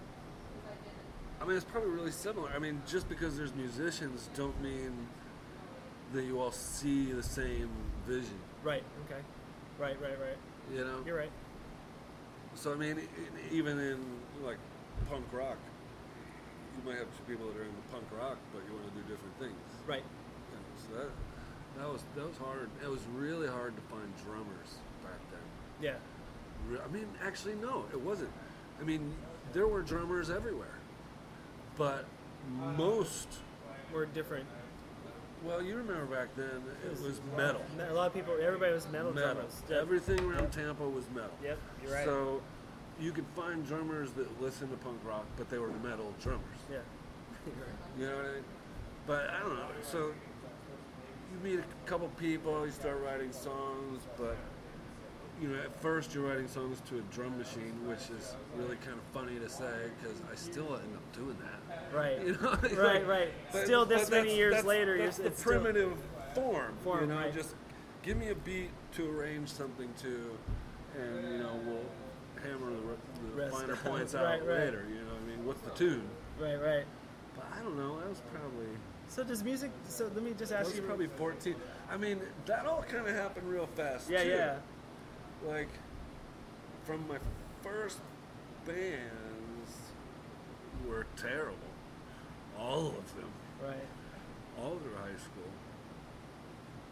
Speaker 2: I mean, it's probably really similar. I mean, just because there's musicians, don't mean that you all see the same vision.
Speaker 1: right, okay, right, right, right.
Speaker 2: You know,
Speaker 1: You're right.
Speaker 2: So I mean, e- even in like punk rock, you might have two people that are into punk rock, but you want to do different things.
Speaker 1: Right.
Speaker 2: You know, so that that was that was hard. It was really hard to find drummers back then.
Speaker 1: Yeah.
Speaker 2: Re- I mean, actually, no, it wasn't. I mean, there were drummers everywhere, but most.
Speaker 1: We're different.
Speaker 2: Well, you remember back then, it was metal.
Speaker 1: Me- A lot of people. Everybody was metal,
Speaker 2: Metal.
Speaker 1: drummers. Yeah.
Speaker 2: Everything around Tampa was metal.
Speaker 1: Yep, you're right.
Speaker 2: So you could find drummers that listened to punk rock, but they were metal drummers.
Speaker 1: yeah.
Speaker 2: You know what I mean? But I don't know. So you meet a couple people, you start writing songs, but you know, at first you're writing songs to a drum machine, which is really kind of funny to say because I still end up doing that. (laughs)
Speaker 1: Right.
Speaker 2: You know? It's
Speaker 1: Right,
Speaker 2: like- (laughs)
Speaker 1: right. Still this
Speaker 2: that's-
Speaker 1: many years
Speaker 2: that's-
Speaker 1: later,
Speaker 2: that's
Speaker 1: you're-
Speaker 2: the
Speaker 1: it's still-
Speaker 2: primitive form.
Speaker 1: Form,
Speaker 2: you know,
Speaker 1: right.
Speaker 2: just give me a beat to arrange something to, and you know, we'll hammer the, the
Speaker 1: Rest.
Speaker 2: finer points
Speaker 1: (laughs)
Speaker 2: out
Speaker 1: Right, right.
Speaker 2: later. You know, what I mean, what's the tune?
Speaker 1: Right, right.
Speaker 2: But I don't know. That was probably
Speaker 1: So does music? So let me just
Speaker 2: that
Speaker 1: ask
Speaker 2: was
Speaker 1: you.
Speaker 2: probably 14. I mean, that all kind of happened real fast.
Speaker 1: yeah,
Speaker 2: too.
Speaker 1: yeah.
Speaker 2: Like from my first bands were terrible. All of them.
Speaker 1: Right.
Speaker 2: All through high school.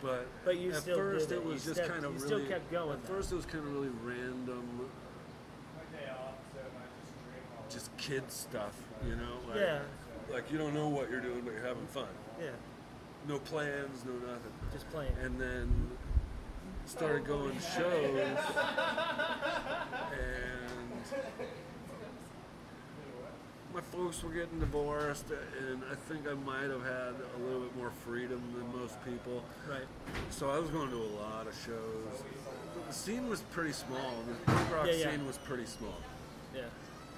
Speaker 2: But,
Speaker 1: But you
Speaker 2: at
Speaker 1: still
Speaker 2: first
Speaker 1: did it.
Speaker 2: it was
Speaker 1: You
Speaker 2: just
Speaker 1: stepped-
Speaker 2: kind of
Speaker 1: you
Speaker 2: really
Speaker 1: still kept going
Speaker 2: At
Speaker 1: though.
Speaker 2: first it was kind of really random just kid stuff, you know? Like,
Speaker 1: Yeah.
Speaker 2: like you don't know what you're doing but you're having fun.
Speaker 1: Yeah.
Speaker 2: No plans, no nothing.
Speaker 1: Just playing.
Speaker 2: and then started going to shows and my folks were getting divorced, and I think I might have had a little bit more freedom than most people.
Speaker 1: Right.
Speaker 2: So I was going to a lot of shows. The scene was pretty small. The punk rock
Speaker 1: Yeah, yeah.
Speaker 2: scene was pretty small.
Speaker 1: Yeah.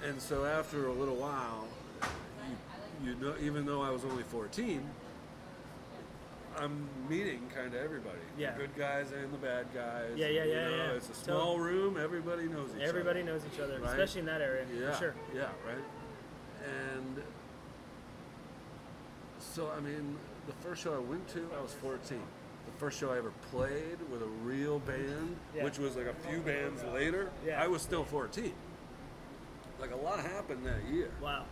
Speaker 2: And so after a little while, you, you know, even though I was only 14, I'm meeting kind of everybody.
Speaker 1: Yeah.
Speaker 2: The good guys and the bad guys.
Speaker 1: Yeah, yeah,
Speaker 2: You
Speaker 1: yeah,
Speaker 2: know,
Speaker 1: yeah.
Speaker 2: It's a
Speaker 1: So-
Speaker 2: small room. Everybody knows each
Speaker 1: Everybody
Speaker 2: other.
Speaker 1: knows each other,
Speaker 2: Right.
Speaker 1: especially in that area.
Speaker 2: Yeah.
Speaker 1: For sure.
Speaker 2: Yeah, right. And so, I mean, the first show I went to, I was 14. The first show I ever played with a real band,
Speaker 1: Yeah.
Speaker 2: which was like a few bands later,
Speaker 1: Yeah.
Speaker 2: I was still 14. Like a lot happened that year
Speaker 1: Wow.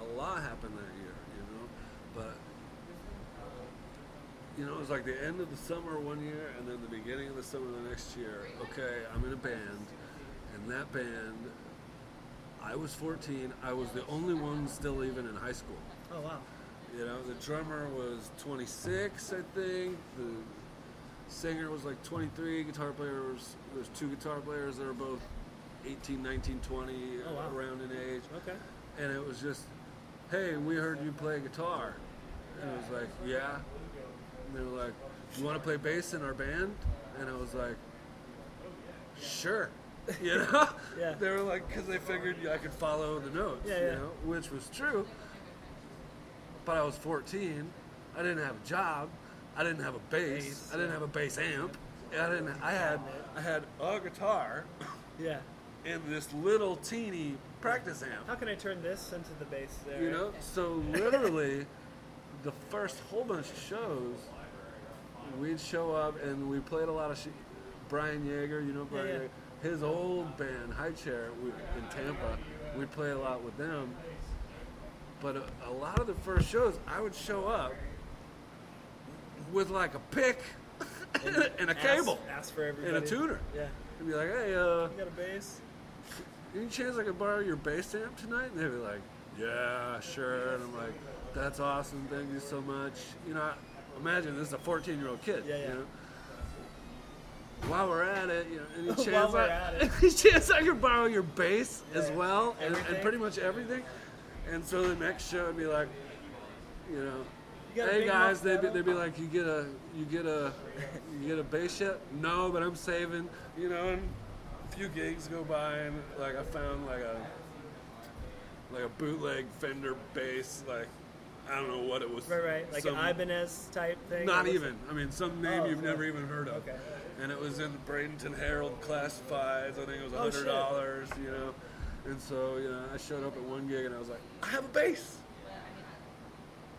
Speaker 2: a lot happened that year, you know. But you know, it was like the end of the summer one year, and then the beginning of the summer the next year. Okay, I'm in a band, and that band, I was 14. I was the only one still even in high school.
Speaker 1: Oh wow.
Speaker 2: You know, the drummer was 26, I think. The singer was like 23. Guitar players, there's two guitar players that are both 18, 19, 20,
Speaker 1: Oh, wow.
Speaker 2: around in age
Speaker 1: Okay.
Speaker 2: and it was just, hey, we heard you play guitar. And it was like, yeah. And they were like, you want to play bass in our band? And I was like, sure. (laughs) You know?
Speaker 1: Yeah.
Speaker 2: They were like, because they figured I could follow the notes,
Speaker 1: Yeah,
Speaker 2: you
Speaker 1: yeah.
Speaker 2: know, which was true. But I was 14. I didn't have a job. I didn't have a bass.
Speaker 1: Bass,
Speaker 2: I didn't have a bass amp. I didn't. I had. I had a guitar
Speaker 1: Yeah.
Speaker 2: and this little teeny practice amp.
Speaker 1: How can I turn this into the bass there?
Speaker 2: You know, so literally, the first whole bunch of shows, we'd show up and we played a lot of. Sh- Brian Yeager, you know Brian,
Speaker 1: Yeah, yeah.
Speaker 2: Yeager, his old band High Chair we, in Tampa, we'd play a lot with them. But uh, a, a lot of the first shows, I would show up with like a pick (laughs) and, a
Speaker 1: Ask-
Speaker 2: cable
Speaker 1: Ask for everybody.
Speaker 2: and a tuner,
Speaker 1: Yeah.
Speaker 2: and be like, "Hey, uh,
Speaker 1: You got a bass?
Speaker 2: any chance I could borrow your bass amp tonight? And they'd be like, yeah, sure. And I'm like, that's awesome. Thank you so much. You know, imagine this is a 14 year old kid.
Speaker 1: Yeah, yeah.
Speaker 2: You know? While we're at it, you know,
Speaker 1: (laughs)
Speaker 2: any
Speaker 1: While
Speaker 2: chance,
Speaker 1: we're
Speaker 2: I,
Speaker 1: at it.
Speaker 2: (laughs) any chance I could borrow your bass as
Speaker 1: Yeah.
Speaker 2: well, and, and
Speaker 1: Everything.
Speaker 2: pretty much everything. And so the next show would be like, you know,
Speaker 1: You got a
Speaker 2: hey
Speaker 1: big enough
Speaker 2: guys, they'd be,
Speaker 1: pedal?
Speaker 2: they'd be like, you get a, you get a, you get a bass yet? No, but I'm saving, you know. And a few gigs go by, and like I found like a, like a bootleg Fender bass, like I don't know what it was.
Speaker 1: Right, right. Like
Speaker 2: some-
Speaker 1: an Ibanez type thing.
Speaker 2: Not
Speaker 1: Or what's-
Speaker 2: even. I mean, some name
Speaker 1: Oh,
Speaker 2: you've
Speaker 1: yeah.
Speaker 2: never even heard of.
Speaker 1: Okay.
Speaker 2: And it was in the Bradenton Herald classifieds. I think it was
Speaker 1: Oh,
Speaker 2: hundred
Speaker 1: shit.
Speaker 2: dollars. you know. And so you know, I showed up at one gig and I was like, I have a bass.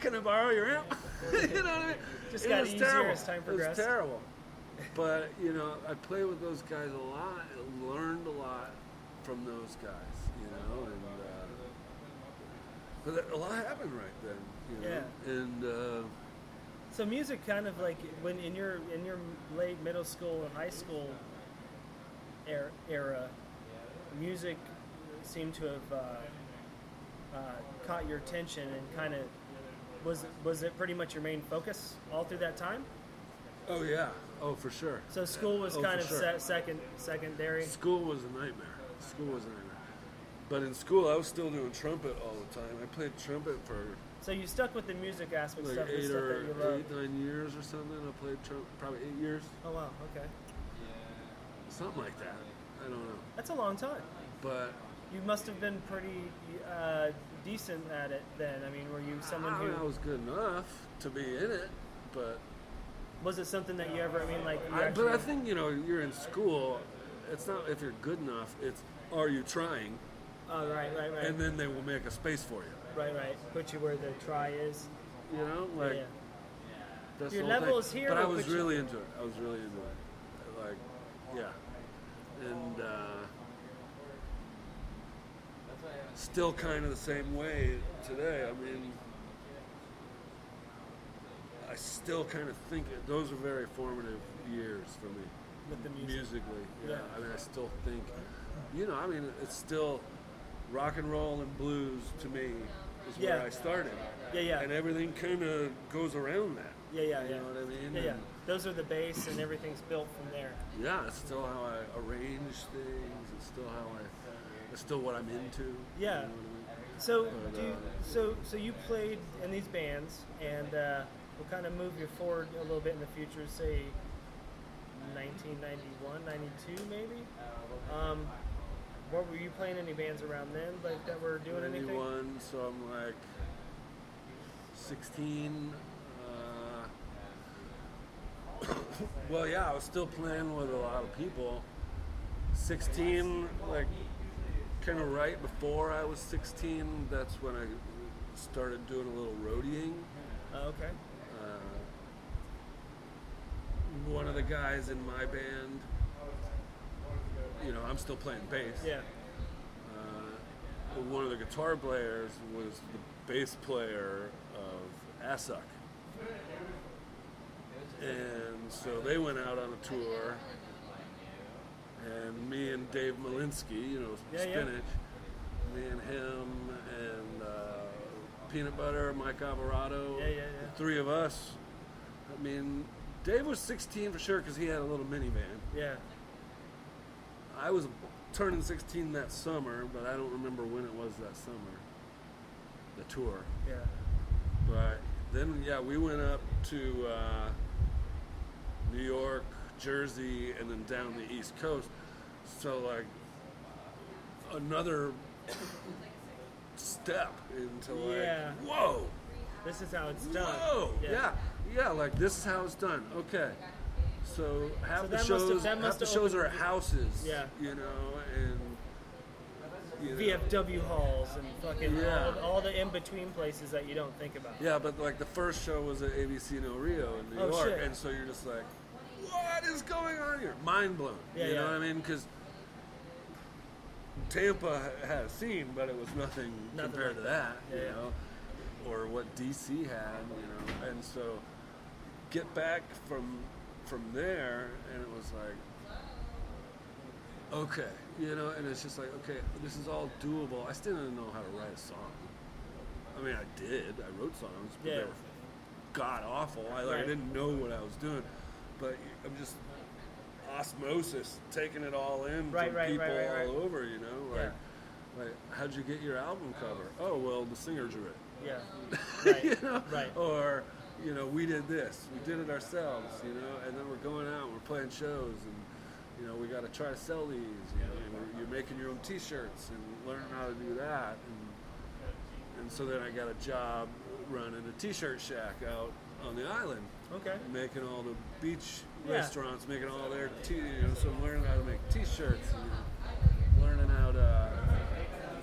Speaker 2: Can I borrow your amp? (laughs) you know what I mean?
Speaker 1: Just
Speaker 2: It
Speaker 1: got
Speaker 2: was
Speaker 1: easier
Speaker 2: terrible.
Speaker 1: as time
Speaker 2: It was
Speaker 1: progressed.
Speaker 2: terrible.
Speaker 1: (laughs)
Speaker 2: But you know, I played with those guys a lot. and learned a lot from those guys. You know, and. Uh, but a lot happened right then, you know? and uh,
Speaker 1: So music kind of like when in your in your late middle school and high school era, era music seemed to have uh, uh, caught your attention and kind of was was it pretty much your main focus all through that time?
Speaker 2: Oh yeah. Oh for sure.
Speaker 1: So school was
Speaker 2: Oh,
Speaker 1: kind
Speaker 2: for
Speaker 1: of se-
Speaker 2: sure.
Speaker 1: second secondary.
Speaker 2: School was a nightmare. School was a nightmare. But in school, I was still doing trumpet all the time. I played trumpet for
Speaker 1: So you stuck with the music aspect
Speaker 2: like
Speaker 1: stuff, the
Speaker 2: eight
Speaker 1: stuff that
Speaker 2: or
Speaker 1: you love.
Speaker 2: eight, nine years or something. I played trumpet probably eight years,
Speaker 1: Oh wow, okay,
Speaker 2: something like that. I don't know.
Speaker 1: that's a long time.
Speaker 2: But
Speaker 1: You must have been pretty uh, decent at it then. I mean, were you someone
Speaker 2: I,
Speaker 1: who
Speaker 2: mean, I was good enough to be in it. But
Speaker 1: Was it something that you ever? I mean, like. You
Speaker 2: I, but I
Speaker 1: actually-
Speaker 2: think you know you're in school. It's not if you're good enough. It's are you trying?
Speaker 1: Oh, right, right, right,
Speaker 2: And then they will make a space for you.
Speaker 1: right, right. Put you where the try is.
Speaker 2: You know, like.
Speaker 1: yeah.
Speaker 2: That's
Speaker 1: Your
Speaker 2: the whole
Speaker 1: level
Speaker 2: thing.
Speaker 1: is here,
Speaker 2: But I
Speaker 1: but
Speaker 2: was
Speaker 1: you-
Speaker 2: really into it. I was really into it. Like, yeah, and uh, still kind of the same way today. I mean, I still kind of think it, those are very formative years for me
Speaker 1: With the music.
Speaker 2: musically. Yeah.
Speaker 1: Yeah.
Speaker 2: I mean, I still think, you know, I mean, it's still rock and roll and blues to me is where
Speaker 1: Yeah.
Speaker 2: I started.
Speaker 1: Yeah, yeah.
Speaker 2: And everything kind of goes around that.
Speaker 1: Yeah, yeah, yeah.
Speaker 2: You know what I mean?
Speaker 1: Yeah, yeah.
Speaker 2: And-
Speaker 1: Those are the base, and everything's built from there.
Speaker 2: Yeah, it's still how I arrange things. It's still how I. It's still what I'm into. you
Speaker 1: Yeah.
Speaker 2: know what I mean?
Speaker 1: So
Speaker 2: But,
Speaker 1: do you,
Speaker 2: uh,
Speaker 1: so so you played in these bands, and uh, we'll kind of move you forward a little bit in the future, say 1991, 92 maybe. Um, what were you playing any bands around then, like that were doing anything?
Speaker 2: 91, so I'm like 16. Uh, (coughs) well, yeah, I was still playing with a lot of people. 16, like, kind of right before I was 16, that's when I started doing a little roadieing.
Speaker 1: Oh, okay.
Speaker 2: uh, one of the guys in my band, you know, I'm still playing bass.
Speaker 1: Yeah.
Speaker 2: Uh, one of the guitar players was the bass player of Asuk. And so they went out on a tour. And me and Dave Malinsky, you know,
Speaker 1: Yeah, yeah.
Speaker 2: Spinach, me and him and uh, Peanut Butter, Mike Alvarado,
Speaker 1: Yeah, yeah, yeah.
Speaker 2: the three of us. I mean, Dave was 16 for sure because he had a little minivan.
Speaker 1: Yeah.
Speaker 2: I was turning 16 that summer, but I don't remember when it was that summer. The tour.
Speaker 1: Yeah.
Speaker 2: But then, yeah, we went up to uh, New York, Jersey, and then down the East Coast. So, like, another step into, like,
Speaker 1: Yeah.
Speaker 2: whoa,
Speaker 1: This is how it's done.
Speaker 2: whoa.
Speaker 1: Yeah.
Speaker 2: Yeah. yeah, like, this is how it's done. Okay. So, half
Speaker 1: So
Speaker 2: the
Speaker 1: that must have-
Speaker 2: shows,
Speaker 1: that
Speaker 2: half
Speaker 1: must
Speaker 2: the
Speaker 1: have
Speaker 2: shows are
Speaker 1: opened-
Speaker 2: at houses,
Speaker 1: Yeah.
Speaker 2: you know, and. you know.
Speaker 1: VFW halls and fucking
Speaker 2: Yeah.
Speaker 1: all, all the in between places that you don't think about.
Speaker 2: Yeah, but like the first show was at ABC No Rio in New
Speaker 1: Oh,
Speaker 2: York,
Speaker 1: shit.
Speaker 2: and so you're just like, what is going on here? Mind blown.
Speaker 1: Yeah,
Speaker 2: you know
Speaker 1: yeah.
Speaker 2: what I mean? Because Tampa ha- had a scene, but it was nothing,
Speaker 1: Nothing
Speaker 2: compared
Speaker 1: like
Speaker 2: to that,
Speaker 1: Yeah,
Speaker 2: you
Speaker 1: yeah.
Speaker 2: know, or what DC had, you know. And so get back from from there, and it was like, okay, you know, and it's just like, okay, this is all doable. I still didn't know how to write a song. I mean, I did. I wrote songs, but
Speaker 1: Yeah.
Speaker 2: they were god awful. I like I
Speaker 1: Right.
Speaker 2: didn't know what I was doing, but I'm just osmosis, taking it all in
Speaker 1: Right, right,
Speaker 2: from
Speaker 1: right,
Speaker 2: people
Speaker 1: right, right.
Speaker 2: all over. You know, like, like how'd you get your album cover? Oh well, the singer drew it.
Speaker 1: Yeah.
Speaker 2: (laughs)
Speaker 1: Right.
Speaker 2: you know?
Speaker 1: Right.
Speaker 2: Or, you know, we did this, we did it ourselves, you know, and then we're going out, we're playing shows, and, you know, we got to try to sell these, you know, and we're- you're making your own t shirts and learning how to do that. And, and so then I got a job running a t shirt shack out on the island,
Speaker 1: Okay.
Speaker 2: making all the beach
Speaker 1: Yeah.
Speaker 2: restaurants, making all their t you know, so I'm learning how to make t shirts, you know, learning how to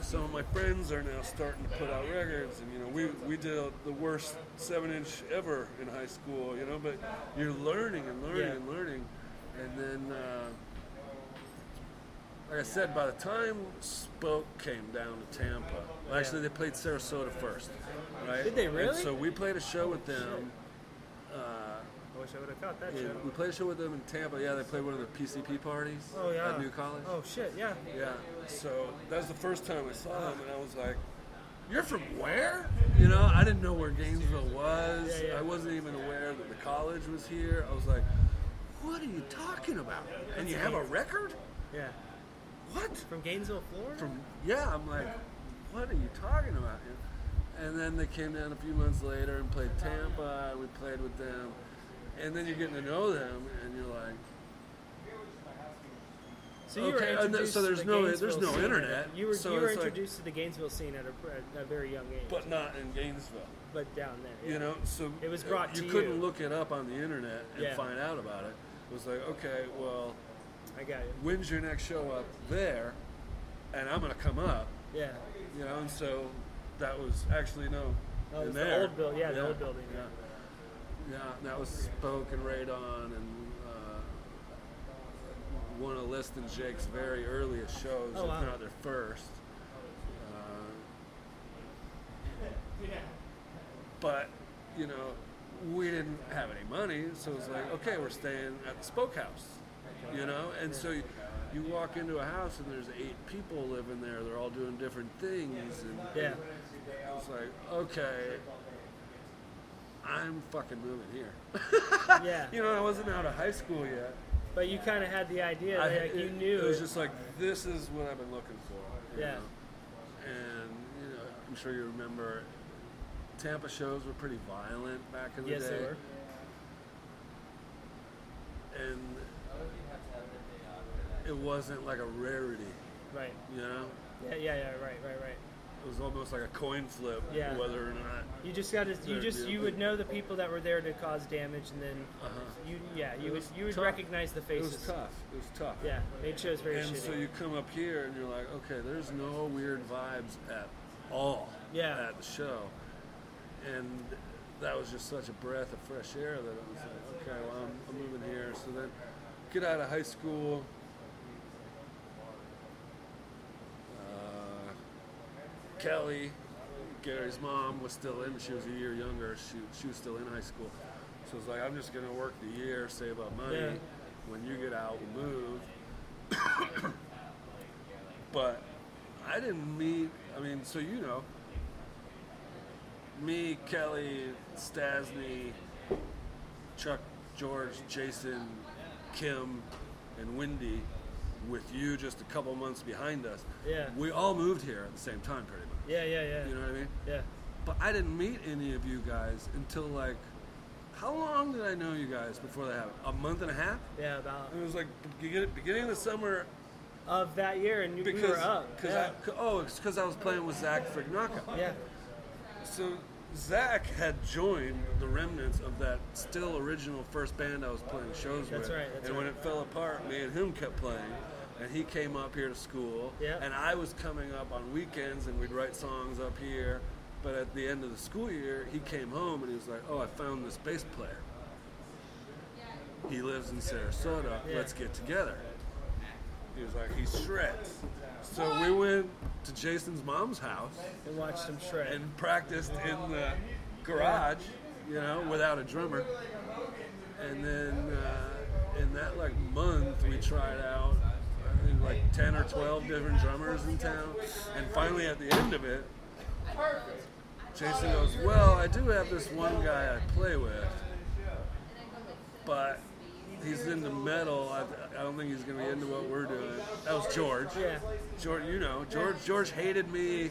Speaker 2: some of my friends are now starting to put out records and you know we, we did a, the worst seven inch ever in high school you know but you're learning and learning
Speaker 1: Yeah.
Speaker 2: and learning and then uh, like i said by the time spoke came down to tampa well, actually they played sarasota first right
Speaker 1: Did they
Speaker 2: And
Speaker 1: really?
Speaker 2: so we played a show with them uh,
Speaker 1: I wish I would have caught that
Speaker 2: in,
Speaker 1: show.
Speaker 2: we played a show with them in tampa yeah they played one of the pcp parties
Speaker 1: Oh yeah.
Speaker 2: at new college
Speaker 1: Oh shit. Yeah.
Speaker 2: Yeah. So that was the first time I saw him, and I was like, "You're from where?" You know, I didn't know where Gainesville was.
Speaker 1: Yeah, yeah.
Speaker 2: I wasn't even aware that the college was here. I was like, "What are you talking about?" And you have a record?
Speaker 1: Yeah.
Speaker 2: What?
Speaker 1: From Gainesville, Florida.
Speaker 2: From yeah, I'm like, "What are you talking about?" And then they came down a few months later and played Tampa. and We played with them, and then you're getting to know them, and you're like,
Speaker 1: So you
Speaker 2: Okay,
Speaker 1: were
Speaker 2: and th-
Speaker 1: introduced
Speaker 2: so there's
Speaker 1: to the
Speaker 2: no-
Speaker 1: Gainesville
Speaker 2: there's no
Speaker 1: scene at a-
Speaker 2: internet,
Speaker 1: you were
Speaker 2: so
Speaker 1: you were
Speaker 2: it's like-
Speaker 1: introduced to the Gainesville scene at a, at a very young age, but,
Speaker 2: "But not in Gainesville."
Speaker 1: down there,
Speaker 2: you know so uh,
Speaker 1: It was brought
Speaker 2: you
Speaker 1: to
Speaker 2: couldn't
Speaker 1: you.
Speaker 2: look it up on the internet and
Speaker 1: Yeah.
Speaker 2: find out about it it was like okay well
Speaker 1: I got it.
Speaker 2: when's your next show up there and i'm gonna come up (laughs)
Speaker 1: Yeah,
Speaker 2: you know and so that was actually no
Speaker 1: Oh, it
Speaker 2: in
Speaker 1: was the
Speaker 2: there.
Speaker 1: old buil- yeah, the old building, yeah.
Speaker 2: yeah yeah and that was spoke and radon and uh, one of Liston jake's very earliest shows
Speaker 1: Oh,
Speaker 2: if
Speaker 1: wow.
Speaker 2: not their first uh, but you know we didn't have any money so it's like okay we're staying at the spoke house you know and so you, you walk into a house and there's eight people living there they're all doing different things and
Speaker 1: yeah,
Speaker 2: it's like okay i'm fucking moving here (laughs)
Speaker 1: yeah.
Speaker 2: you know i wasn't out of high school yet
Speaker 1: But you kind of had the idea,
Speaker 2: I-
Speaker 1: like you
Speaker 2: it-
Speaker 1: knew.
Speaker 2: it was
Speaker 1: it.
Speaker 2: just like this is what i've been looking for you
Speaker 1: yeah,
Speaker 2: know? and you know I'm sure you remember, Tampa shows were pretty violent back in the
Speaker 1: Yes,
Speaker 2: day.
Speaker 1: they were.
Speaker 2: And it wasn't like a rarity,
Speaker 1: Right.
Speaker 2: you know?
Speaker 1: Yeah, yeah, yeah. Right, right, right.
Speaker 2: It was almost like a coin flip
Speaker 1: Yeah.
Speaker 2: whether or not.
Speaker 1: You just got to. You
Speaker 2: They're
Speaker 1: just. You
Speaker 2: beautiful.
Speaker 1: would know the people that were there to cause damage, and then
Speaker 2: Uh-huh.
Speaker 1: you. Yeah. You would.
Speaker 2: was
Speaker 1: You would
Speaker 2: tough.
Speaker 1: recognize the
Speaker 2: It
Speaker 1: faces.
Speaker 2: was tough. It was tough.
Speaker 1: Yeah. They chose very
Speaker 2: And
Speaker 1: shitty.
Speaker 2: so you come up here and you're like, okay, there's no weird vibes at all
Speaker 1: Yeah.
Speaker 2: at the show. And that was just such a breath of fresh air that I was like, okay, well, I'm, I'm moving here. So then get out of high school. Uh, Kelly, Gary's mom, was still in. She was a year younger. She, she was still in high school. So it's like, I'm just going to work the year, save up money.
Speaker 1: Yeah.
Speaker 2: When you get out, we'll move (coughs) but I didn't meet. I mean, so you know, me, Kelly, Stasny, Chuck, George, Jason, Kim, and Wendy, with you just a couple months behind us.
Speaker 1: Yeah.
Speaker 2: we all moved here at the same time, pretty much.
Speaker 1: yeah. Yeah. Yeah.
Speaker 2: You know what I mean?
Speaker 1: Yeah.
Speaker 2: But I didn't meet any of you guys until like, how long did I know you guys before that happened? A month and a half.
Speaker 1: Yeah. About
Speaker 2: It was like begin- beginning of the summer,
Speaker 1: of that year, and you, we
Speaker 2: because
Speaker 1: were up.
Speaker 2: 'cause
Speaker 1: Yeah.
Speaker 2: I, 'cause- oh, it's because I was playing with Zach Frignacca.
Speaker 1: yeah.
Speaker 2: So Zach had joined the remnants of that still original first band I was playing shows
Speaker 1: That's
Speaker 2: with.
Speaker 1: right, that's
Speaker 2: and when
Speaker 1: right.
Speaker 2: it fell apart, me and him kept playing. And he came up here to school.
Speaker 1: Yeah.
Speaker 2: And I was coming up on weekends and we'd write songs up here. But at the end of the school year, he came home and he was like, Oh, I found this bass player. He lives in Sarasota.
Speaker 1: Yeah.
Speaker 2: Let's get together. He was like, He shreds. So we went to Jason's mom's house
Speaker 1: And watched them shred.
Speaker 2: and practiced in the garage, you know, without a drummer. And then uh, in that like month, we tried out I think, like ten or twelve different drummers in town. And finally, at the end of it, Jason goes, "Well, I do have this one guy I play with, but." He's into metal. I, I don't think he's going to be into what we're doing. That was George.
Speaker 1: Yeah.
Speaker 2: George, you know, George. George hated me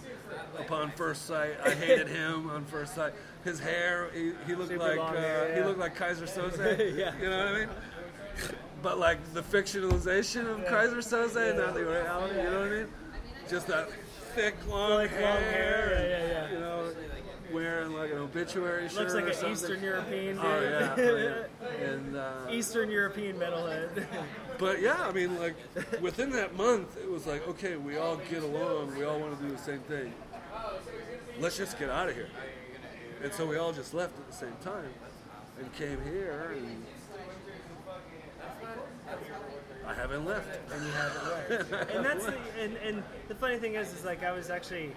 Speaker 2: upon first sight. I hated him on first sight. His hair, he, he looked
Speaker 1: Super
Speaker 2: like
Speaker 1: long
Speaker 2: uh,
Speaker 1: hair,
Speaker 2: he
Speaker 1: yeah.
Speaker 2: looked like Kaiser Soze.
Speaker 1: (laughs) Yeah.
Speaker 2: You know what I mean? But like the fictionalization of Kaiser Soze, not the reality. You know what I mean? Just that thick, long
Speaker 1: Like long
Speaker 2: hair.
Speaker 1: hair,
Speaker 2: and,
Speaker 1: yeah, yeah, yeah.
Speaker 2: You know, wearing like an obituary shirt.
Speaker 1: Looks like
Speaker 2: or
Speaker 1: an
Speaker 2: something.
Speaker 1: Eastern European dude.
Speaker 2: Oh yeah.
Speaker 1: (laughs)
Speaker 2: oh, yeah. And uh,
Speaker 1: Eastern European metalhead. (laughs)
Speaker 2: but yeah, I mean, like within that month, it was like, okay, we all get along. We all want to do the same thing. Let's just get out of here. And so we all just left at the same time and came here. And I haven't left. And you haven't left.
Speaker 1: and that's the, and, and the funny thing is is like I was actually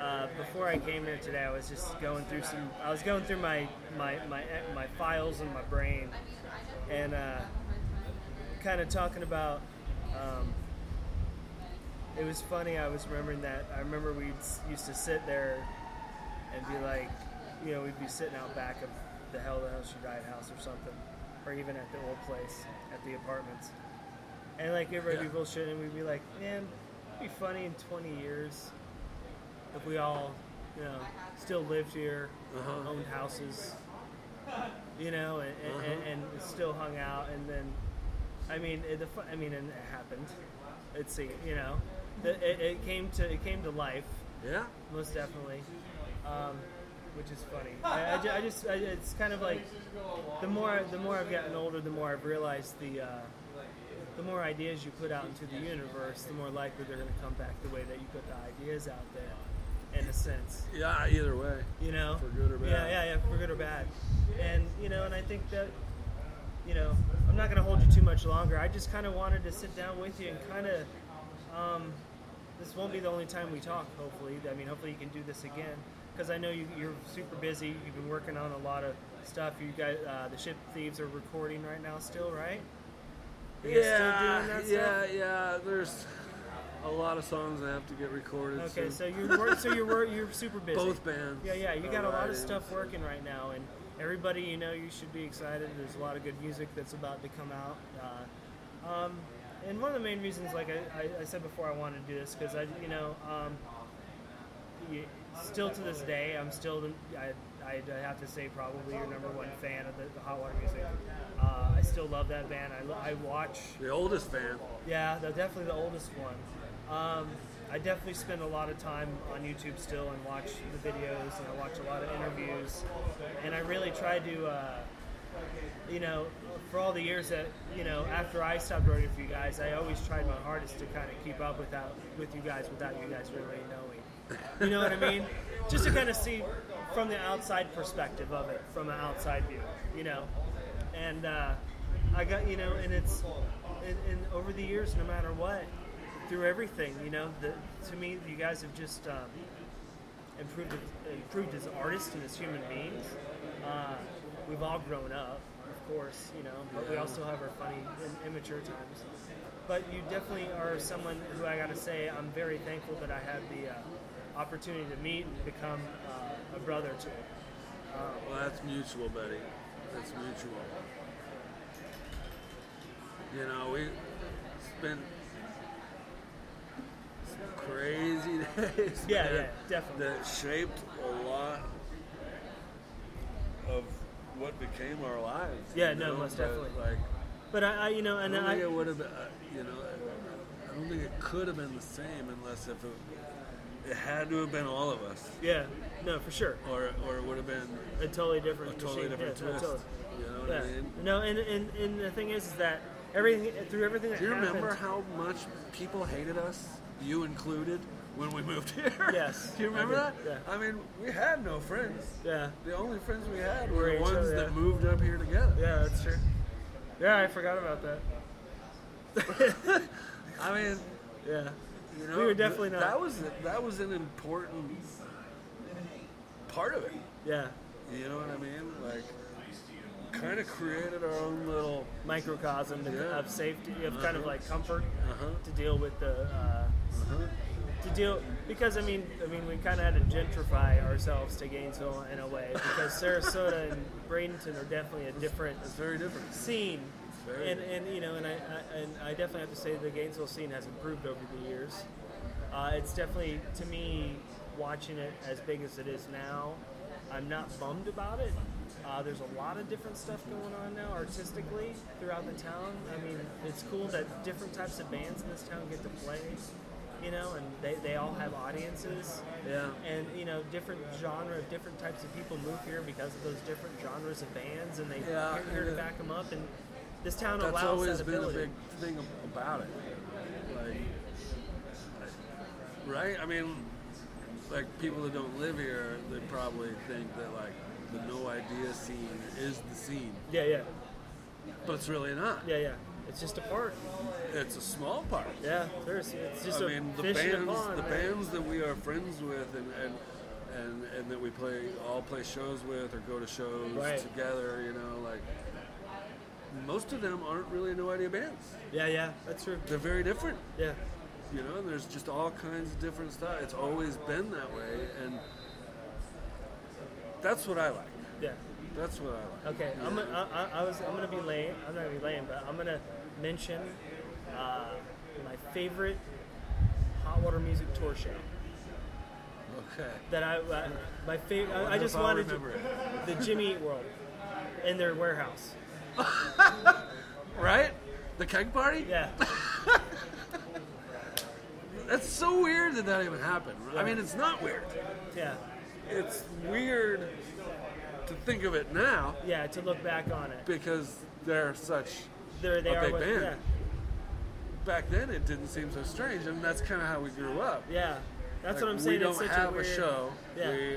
Speaker 1: uh, before I came here today I was just going through some I was going through my my my, my files in my brain and uh, kind of talking about um, it was funny I was remembering that I remember we used to sit there and be like you know we'd be sitting out back of the hell the hell she died house or something or even at the old place at the apartments and like everybody would
Speaker 2: Yeah.
Speaker 1: be bullshit, and we'd be like, man, it'd be funny in 20 years if we all, you know, still lived here,
Speaker 2: Uh-huh.
Speaker 1: owned houses, you know, and, and, and, and still hung out. And then, I mean, it, the fu- I mean, and it happened. It's a- you know, the, it, it came to it came to life
Speaker 2: yeah.
Speaker 1: most definitely. Um, which is funny. I, I ju- I just, I, it's kind of like the more the more I've gotten older, the more I've realized the uh, the more ideas you put out into the universe, the more likely they're going to come back the way that you put the ideas out there. In a sense,
Speaker 2: Yeah. Either way.
Speaker 1: you know,
Speaker 2: For good or
Speaker 1: Yeah,
Speaker 2: bad.
Speaker 1: yeah, yeah, for good or bad. And you know, and I think that you know, I'm not going to hold you too much longer. I just kind of wanted to sit down with you and kind of. Um, this won't be the only time we talk. Hopefully, I mean, hopefully you can do this again because I know you, you're super busy. You've been working on a lot of stuff. You guys, uh, the Ship Thieves are recording right now, still, right? Are you still
Speaker 2: Yeah.
Speaker 1: doing that
Speaker 2: yeah.
Speaker 1: stuff?
Speaker 2: Yeah. There's a lot of songs that have to get recorded.
Speaker 1: Okay,
Speaker 2: soon.
Speaker 1: so you're wor- so you're wor- you're super busy.
Speaker 2: both bands.
Speaker 1: Yeah, yeah, you
Speaker 2: are
Speaker 1: got a lot of
Speaker 2: writing,
Speaker 1: stuff
Speaker 2: so-
Speaker 1: working right now, and everybody, you know, you should be excited. There's a lot of good music that's about to come out. Uh, um, and one of the main reasons, like I, I, I said before, I wanted to do this because I, you know, um, y- still to this day, I'm still, the, I, I'd have to say, probably your number one fan of the, the hot water music. Uh, I still love that band. I, lo- I watch,
Speaker 2: The oldest fan.
Speaker 1: yeah, they're definitely the oldest one. Um, I definitely spend a lot of time on YouTube still and watch the videos and I watch a lot of interviews. And I really try to, uh, you know, for all the years that, you know, after I stopped writing for you guys, I always tried my hardest to kind of keep up without, with you guys without you guys really knowing. You know what I mean? Just to kind of see from the outside perspective of it, from an outside view, you know. And uh, I got, you know, and it's, and, and over the years, no matter what, through everything, you know, the, to me, you guys have just um, improved, improved as artists and as human beings. Uh, we've all grown up, of course, you know, but we also have our funny, and immature times. But you definitely are someone who I gotta say, I'm very thankful that I had the uh, opportunity to meet and become uh, a brother to.
Speaker 2: Well, that's mutual, buddy. That's mutual. You know, we it's been some crazy (laughs) days.
Speaker 1: Yeah,
Speaker 2: man,
Speaker 1: yeah, definitely.
Speaker 2: That shaped a lot of what became our lives.
Speaker 1: Yeah,
Speaker 2: you
Speaker 1: no,
Speaker 2: know?
Speaker 1: most
Speaker 2: But,
Speaker 1: definitely.
Speaker 2: Like,
Speaker 1: But I, I you know,
Speaker 2: I
Speaker 1: and
Speaker 2: don't
Speaker 1: I,
Speaker 2: think it would have, uh, you know, I don't think it could have been the same unless if it, it had to have been all of us,
Speaker 1: yeah, no, for sure,
Speaker 2: or or it would have been
Speaker 1: a totally
Speaker 2: a
Speaker 1: different,
Speaker 2: totally
Speaker 1: machine.
Speaker 2: different
Speaker 1: yeah,
Speaker 2: twist.
Speaker 1: totally.
Speaker 2: You know what
Speaker 1: Yeah.
Speaker 2: I mean?
Speaker 1: No, and, and and the thing is, is that everything through everything that
Speaker 2: Do you
Speaker 1: happened,
Speaker 2: remember how much people hated us, you included, when we moved (laughs) here?
Speaker 1: Yes,
Speaker 2: Do you
Speaker 1: I
Speaker 2: remember that?
Speaker 1: do, yeah.
Speaker 2: I mean, we had no friends.
Speaker 1: Yeah,
Speaker 2: The only friends we had
Speaker 1: Were
Speaker 2: were
Speaker 1: each
Speaker 2: the ones
Speaker 1: other, yeah.
Speaker 2: that moved up here together.
Speaker 1: yeah, that's true. Yeah, I forgot about that.
Speaker 2: I mean,
Speaker 1: Yeah,
Speaker 2: you know,
Speaker 1: We were definitely
Speaker 2: th-
Speaker 1: not-
Speaker 2: That was that was an important part of it.
Speaker 1: yeah,
Speaker 2: You know what I mean? Like, kind of created our own little.
Speaker 1: microcosm to,
Speaker 2: Yeah.
Speaker 1: of safety, of kind of like comfort
Speaker 2: Uh-huh.
Speaker 1: to deal with the. Uh,
Speaker 2: Uh-huh.
Speaker 1: to deal because I mean I mean we kind of had to gentrify ourselves to Gainesville in a way because Sarasota and Bradenton are definitely a different
Speaker 2: It's very different.
Speaker 1: scene.
Speaker 2: very
Speaker 1: And, and you know, and I, I and I definitely have to say the Gainesville scene has improved over the years. Uh, it's definitely to me watching it as big as it is now. I'm not bummed about it. Uh, there's a lot of different stuff going on now artistically throughout the town. I mean, it's cool that different types of bands in this town get to play, you know, and they, they all have audiences
Speaker 2: Yeah.
Speaker 1: and you know different genre different types of people move here because of those different genres of bands and they
Speaker 2: Yeah,
Speaker 1: are here to
Speaker 2: and, uh,
Speaker 1: back them up and this town
Speaker 2: That's
Speaker 1: allows
Speaker 2: always
Speaker 1: that
Speaker 2: been a
Speaker 1: ability.
Speaker 2: big thing ab- about it. Like, right? I mean, like people that don't live here, they probably think that like the no idea scene is the scene,
Speaker 1: yeah yeah
Speaker 2: but it's really not.
Speaker 1: yeah yeah it's just a part
Speaker 2: It's a small part.
Speaker 1: yeah there's it's just
Speaker 2: I
Speaker 1: a
Speaker 2: mean, the
Speaker 1: fish in a
Speaker 2: bands,
Speaker 1: pond
Speaker 2: the
Speaker 1: man.
Speaker 2: bands that we are friends with, and. and and, and that we play all play shows with or go to shows
Speaker 1: Right.
Speaker 2: together, you know, like most of them aren't really no idea bands.
Speaker 1: yeah yeah that's true
Speaker 2: They're very different.
Speaker 1: yeah
Speaker 2: you know and there's just all kinds of different stuff it's always been that way and that's what i like
Speaker 1: yeah
Speaker 2: that's what i like
Speaker 1: okay I'm gonna, I, I- I was I'm gonna be lame I'm not gonna be lame but I'm gonna mention uh, my favorite hot water music tour show
Speaker 2: okay
Speaker 1: that I, I my favorite I, I
Speaker 2: wonder
Speaker 1: just
Speaker 2: if I'll
Speaker 1: wanted to
Speaker 2: remember it.
Speaker 1: the Jimmy Eat World in their warehouse.
Speaker 2: right the keg party
Speaker 1: Yeah,
Speaker 2: that's so weird that that even happened i mean it's not weird
Speaker 1: yeah,
Speaker 2: it's weird to think of it now
Speaker 1: yeah. To look back on it,
Speaker 2: because they're such
Speaker 1: there they
Speaker 2: A
Speaker 1: are.
Speaker 2: big
Speaker 1: with,
Speaker 2: band. back then it didn't seem so strange and that's kind of how we grew up
Speaker 1: Yeah, yeah. That's
Speaker 2: Like,
Speaker 1: what I'm saying.
Speaker 2: we don't
Speaker 1: it's such
Speaker 2: have
Speaker 1: a, weird,
Speaker 2: show
Speaker 1: Yeah.
Speaker 2: we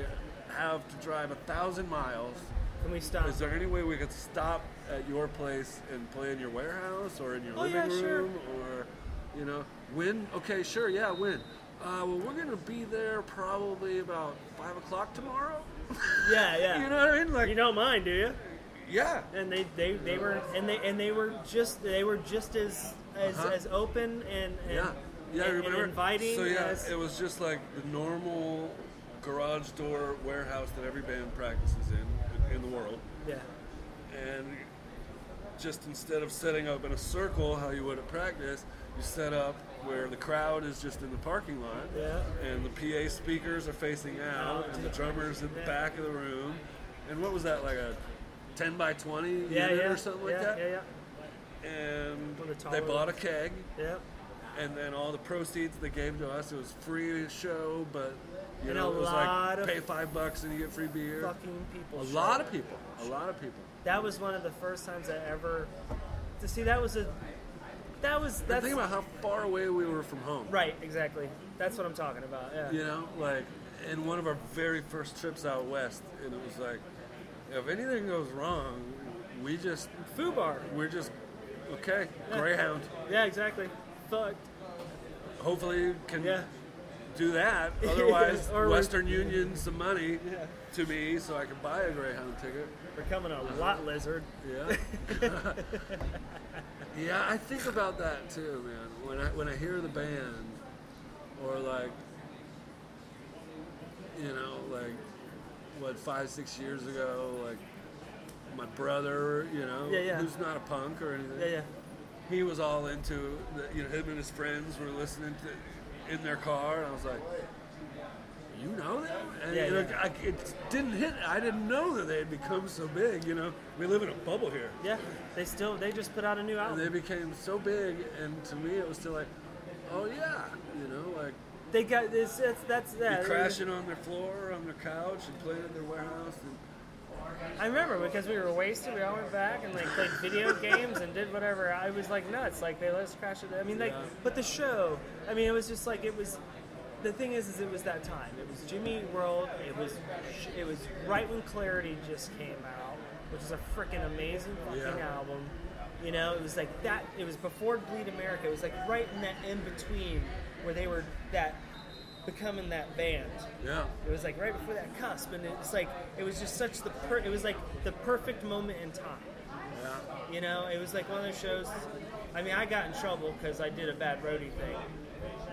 Speaker 2: have to drive a thousand miles
Speaker 1: Can we stop?
Speaker 2: Is there any way we could stop at your place and play in your warehouse or in your
Speaker 1: Oh,
Speaker 2: living
Speaker 1: yeah, sure.
Speaker 2: room or, you know, when? Okay, sure, yeah, when? Uh, well, we're gonna be there probably about five o'clock tomorrow. (laughs)
Speaker 1: yeah, yeah.
Speaker 2: you know what I mean? Like,
Speaker 1: You don't mind, do you?
Speaker 2: yeah,
Speaker 1: And they, they, they were and they and they were just they were just as as,
Speaker 2: Uh-huh.
Speaker 1: as open and, and
Speaker 2: yeah, yeah.
Speaker 1: and, and
Speaker 2: remember?
Speaker 1: inviting
Speaker 2: So yeah,
Speaker 1: as
Speaker 2: it was just like the normal garage door warehouse that every band practices in in the world.
Speaker 1: yeah
Speaker 2: and just instead of setting up in a circle how you would at practice, you set up where the crowd is just in the parking lot,
Speaker 1: Yeah. Oh,
Speaker 2: and the PA speakers are facing out, and the drummers at the back of the room. And what was that like a 10 by 20
Speaker 1: Yeah,
Speaker 2: unit
Speaker 1: yeah,
Speaker 2: or something
Speaker 1: yeah,
Speaker 2: like that?
Speaker 1: yeah, yeah,
Speaker 2: And
Speaker 1: What a
Speaker 2: they
Speaker 1: taller-
Speaker 2: bought a keg,
Speaker 1: yeah.
Speaker 2: and then all the proceeds they gave to us. It was free show, but you
Speaker 1: And
Speaker 2: know
Speaker 1: a
Speaker 2: it was
Speaker 1: lot
Speaker 2: like
Speaker 1: of
Speaker 2: pay five bucks and you get free beer.
Speaker 1: Fucking people.
Speaker 2: A
Speaker 1: showed
Speaker 2: lot
Speaker 1: up.
Speaker 2: of people. A lot of people.
Speaker 1: That was one of the first times I ever. To see that was a. That was
Speaker 2: And
Speaker 1: that's
Speaker 2: think about how far away we were from home.
Speaker 1: right. Exactly. That's what I'm talking about. Yeah.
Speaker 2: You know, like in one of our very first trips out west, and it was like, if anything goes wrong, we just
Speaker 1: Foo bar.
Speaker 2: we're just okay. Greyhound.
Speaker 1: Yeah. Exactly. Fucked.
Speaker 2: Hopefully, you can
Speaker 1: Yeah.
Speaker 2: do
Speaker 1: (laughs)
Speaker 2: that. Otherwise,
Speaker 1: Or we-
Speaker 2: Western Union some money
Speaker 1: Yeah.
Speaker 2: to me so I can buy a Greyhound ticket.
Speaker 1: We're coming a lot lizard.
Speaker 2: Yeah. (laughs) yeah, I think about that too, man. When I when I hear the band, or like, you know, like what five six years ago, like my brother, you know,
Speaker 1: Yeah, yeah.
Speaker 2: who's not a punk or anything.
Speaker 1: Yeah. Yeah.
Speaker 2: He was all into, the, you know, him and his friends were listening to in their car, and I was like. You know them? And
Speaker 1: Yeah,
Speaker 2: you know,
Speaker 1: yeah.
Speaker 2: I, it didn't hit. I didn't know that they had become so big. You know, we live in a bubble here.
Speaker 1: Yeah. They still. They just put out a new
Speaker 2: And
Speaker 1: album.
Speaker 2: they became so big, and to me, it was still like, oh yeah, you know, like
Speaker 1: They got this. That's that's yeah.
Speaker 2: be crashing on their floor, on their couch, and playing in their warehouse. And
Speaker 1: I remember because we were wasted. We all went back and like played video games and did whatever. I was like nuts. Like they let us crash it. I mean, like,
Speaker 2: Yeah.
Speaker 1: but the show. I mean, it was just like it was. The thing is, is it was that time. It was Jimmy World. It was, it was right when Clarity just came out, which is a freaking amazing fucking
Speaker 2: Yeah.
Speaker 1: album. You know, it was like that. It was before Bleed America. It was like right in that in between where they were that becoming that band.
Speaker 2: yeah,
Speaker 1: It was like right before that cusp, and it's like it was just such the per- it was like the perfect moment in time.
Speaker 2: yeah,
Speaker 1: You know, it was like one of those shows. I mean, I got in trouble because I did a bad roadie thing,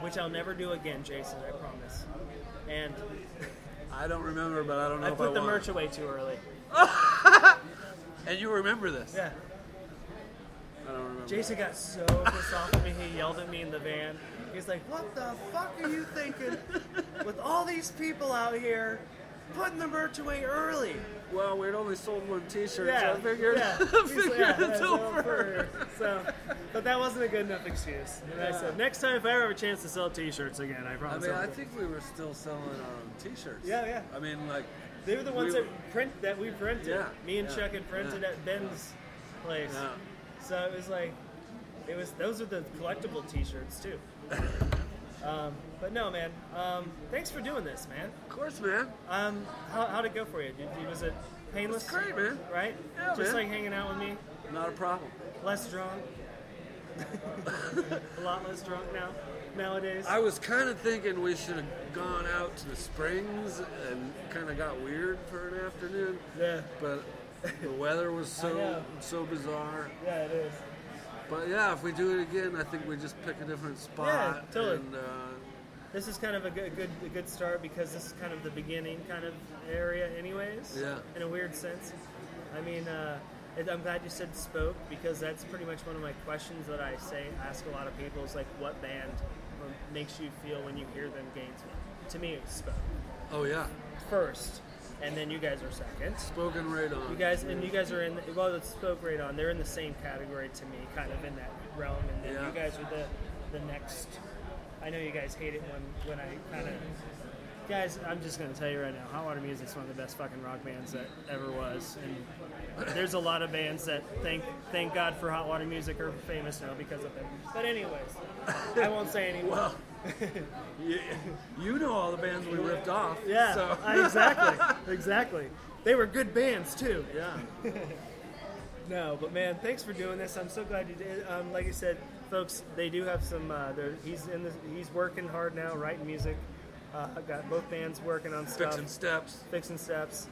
Speaker 1: which I'll never do again, Jason. I promise. And
Speaker 2: I don't remember, but I don't know
Speaker 1: I
Speaker 2: if
Speaker 1: put
Speaker 2: I
Speaker 1: the
Speaker 2: want
Speaker 1: merch
Speaker 2: it.
Speaker 1: away too early.
Speaker 2: And you remember this?
Speaker 1: Yeah,
Speaker 2: I don't remember.
Speaker 1: Jason got so pissed off at me. He yelled at me in the van. He's like, "What the fuck are you
Speaker 2: (laughs)
Speaker 1: thinking? With all these people out here, putting the merch away early."
Speaker 2: Well, we'd only sold one T-shirt,
Speaker 1: Yeah,
Speaker 2: so I figured, (laughs)
Speaker 1: yeah.
Speaker 2: figured
Speaker 1: Yeah, yeah,
Speaker 2: it's
Speaker 1: it's
Speaker 2: over.
Speaker 1: So, but that wasn't a good enough excuse. And I said, next time if I ever have a chance to sell T-shirts again, I
Speaker 2: I
Speaker 1: promise.
Speaker 2: mean,
Speaker 1: I'll
Speaker 2: I
Speaker 1: do it."
Speaker 2: think we were still selling our own T-shirts.
Speaker 1: Yeah, yeah.
Speaker 2: I mean, like,
Speaker 1: they were the ones
Speaker 2: we-
Speaker 1: that print that we printed.
Speaker 2: Yeah,
Speaker 1: Me and
Speaker 2: yeah,
Speaker 1: Chuck had printed
Speaker 2: yeah,
Speaker 1: at Ben's place.
Speaker 2: yeah.
Speaker 1: So it was like, it was those are the collectible T-shirts too. um, but no, man. Um, thanks for doing this, man.
Speaker 2: of course, man.
Speaker 1: Um, how how'd it go for you? Did, was it painless?
Speaker 2: It's great, man.
Speaker 1: Right?
Speaker 2: Yeah,
Speaker 1: Just
Speaker 2: man.
Speaker 1: like hanging out with me.
Speaker 2: Not a problem.
Speaker 1: less drunk. a lot less drunk now nowadays.
Speaker 2: I was kind of thinking we should have gone out to the springs and kind of got weird for an afternoon,
Speaker 1: yeah,
Speaker 2: but the weather was so
Speaker 1: know.
Speaker 2: so bizarre.
Speaker 1: yeah, it is.
Speaker 2: But yeah, if we do it again, I think we just pick a different spot.
Speaker 1: Yeah, totally.
Speaker 2: And, uh,
Speaker 1: This is kind of a good, a good, a good start because this is kind of the beginning kind of area, anyways.
Speaker 2: Yeah.
Speaker 1: In a weird sense. I mean, uh, and I'm glad you said spoke because that's pretty much one of my questions that I say ask a lot of people is like, what band um, makes you feel when you hear them Gainesville? To me, it's spoke
Speaker 2: oh yeah,
Speaker 1: first, and then you guys are second.
Speaker 2: spoken radon.
Speaker 1: You guys and you guys are in the, well, it's spoke right on. They're in the same category to me, kind of in that realm. And then
Speaker 2: Yeah.
Speaker 1: you guys are the the next. I know you guys hate it when when I kind of. Guys, I'm just gonna tell you right now, Hot Water Music's one of the best fucking rock bands that ever was, and there's a lot of bands that thank thank God for Hot Water Music are famous now because of them. But anyways, I won't say any more. (laughs)
Speaker 2: well, you, you know all the bands we ripped off.
Speaker 1: yeah,
Speaker 2: (laughs) So.
Speaker 1: I- exactly, exactly. They were good bands too.
Speaker 2: yeah.
Speaker 1: No, but man, thanks for doing this. I'm so glad you did. Um, like I said, folks, they do have some. Uh, they're- he's in. This, he's working hard now, writing music. Uh, I've got both bands working on stuff,
Speaker 2: Fixing steps.
Speaker 1: fixing steps,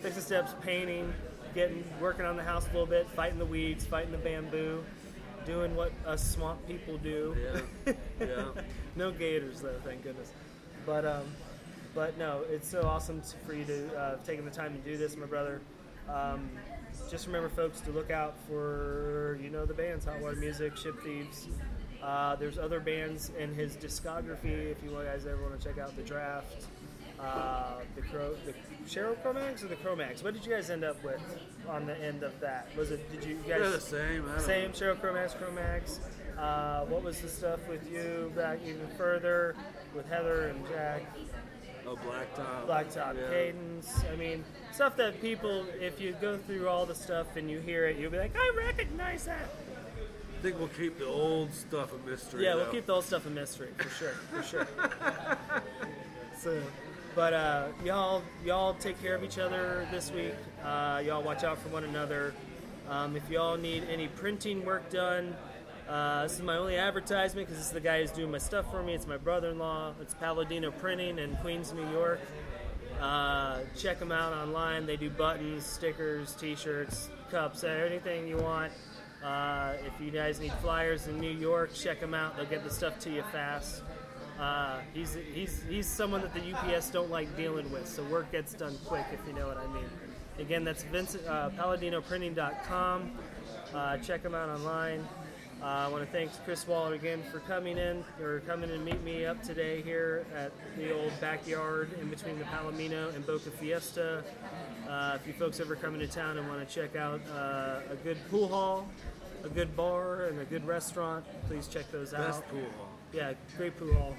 Speaker 1: fixing steps, painting, getting working on the house a little bit, fighting the weeds, fighting the bamboo, doing what us swamp people do. (laughs)
Speaker 2: Yeah. Yeah.
Speaker 1: no gators though, thank goodness. But um, but no, it's so awesome t- for you to uh, taking the time to do this, my brother. Um, just remember, folks, to look out for you know the bands Hot Water Music, Ship Thieves. Uh, there's other bands in his discography if you guys ever want to check out the draft. Uh, the Cro- the Cheryl Chromax or the Chromax? What did you guys end up with on the end of that? Was it did you guys
Speaker 2: They're the same. I don't
Speaker 1: same Cheryl Chromax Chromax? Uh, what was the stuff with you back even further with Heather and Jack?
Speaker 2: Oh, blacktop.
Speaker 1: Blacktop
Speaker 2: Yeah.
Speaker 1: Cadence. I mean, stuff that people, if you go through all the stuff and you hear it, you'll be like, I recognize that.
Speaker 2: I think we'll keep the old stuff a mystery.
Speaker 1: Yeah,
Speaker 2: though.
Speaker 1: we'll keep the old stuff a mystery for sure, for
Speaker 2: (laughs)
Speaker 1: sure. so, but uh, y'all, y'all take care of each other this week. Uh, y'all watch out for one another. Um, if y'all need any printing work done, uh, this is my only advertisement because this is the guy who's doing my stuff for me. It's my brother-in-law. It's Palladino Printing in Queens, New York. Uh, check them out online. They do buttons, stickers, T-shirts, cups, anything you want. Uh, if you guys need flyers in New York, check them out. They'll get the stuff to you fast. Uh, he's, he's, he's someone that the UPS don't like dealing with, so work gets done quick if you know what I mean. Again, that's Vincent, uh, PaladinoPrinting.com. Uh, check him out online. Uh, I want to thank Chris Waller again for coming in or coming and meet me up today here at the old backyard in between the Palomino and Boca Fiesta. Uh, if you folks ever come into town and want to check out uh, a good pool hall, a good bar, and a good restaurant, please check those out.
Speaker 2: Best pool hall.
Speaker 1: Yeah, great pool hall,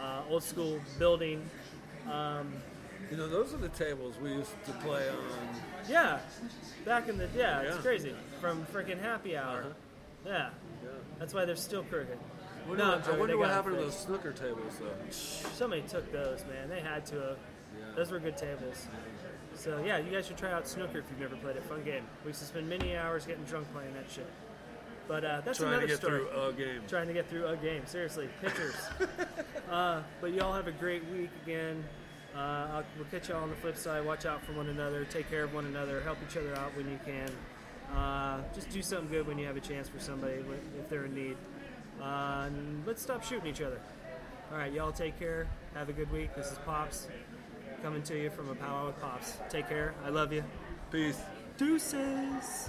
Speaker 1: uh, old school building.
Speaker 2: You know, those are the tables we used to play on.
Speaker 1: Yeah, back in the yeah, it's
Speaker 2: Yeah.
Speaker 1: crazy from freaking happy hour. Yeah,
Speaker 2: Yeah.
Speaker 1: that's why they're still crooked.
Speaker 2: Wonder
Speaker 1: No,
Speaker 2: what-
Speaker 1: I'm joking,
Speaker 2: I
Speaker 1: they
Speaker 2: wonder what
Speaker 1: got it
Speaker 2: happened to
Speaker 1: fixed.
Speaker 2: those snooker tables, though.
Speaker 1: Somebody took those, man. They had to. Have.
Speaker 2: Yeah.
Speaker 1: Those were good tables. So yeah, you guys should try out snooker if you've never played it. Fun game. We used to spend many hours getting drunk playing that shit. But uh, that's
Speaker 2: Trying
Speaker 1: another
Speaker 2: to get
Speaker 1: story.
Speaker 2: through a game.
Speaker 1: Trying to get through a game. Seriously, pitchers. uh, but y'all have a great week again. Uh, I'll, we'll catch y'all on the flip side. Watch out for one another. Take care of one another. Help each other out when you can. Uh, just do something good when you have a chance for somebody wh- if they're in need. Uh, and let's stop shooting each other. All right, y'all take care. Have a good week. This is Pops coming to you from a power with Pops. Take care. I love you.
Speaker 2: Peace.
Speaker 1: Deuces.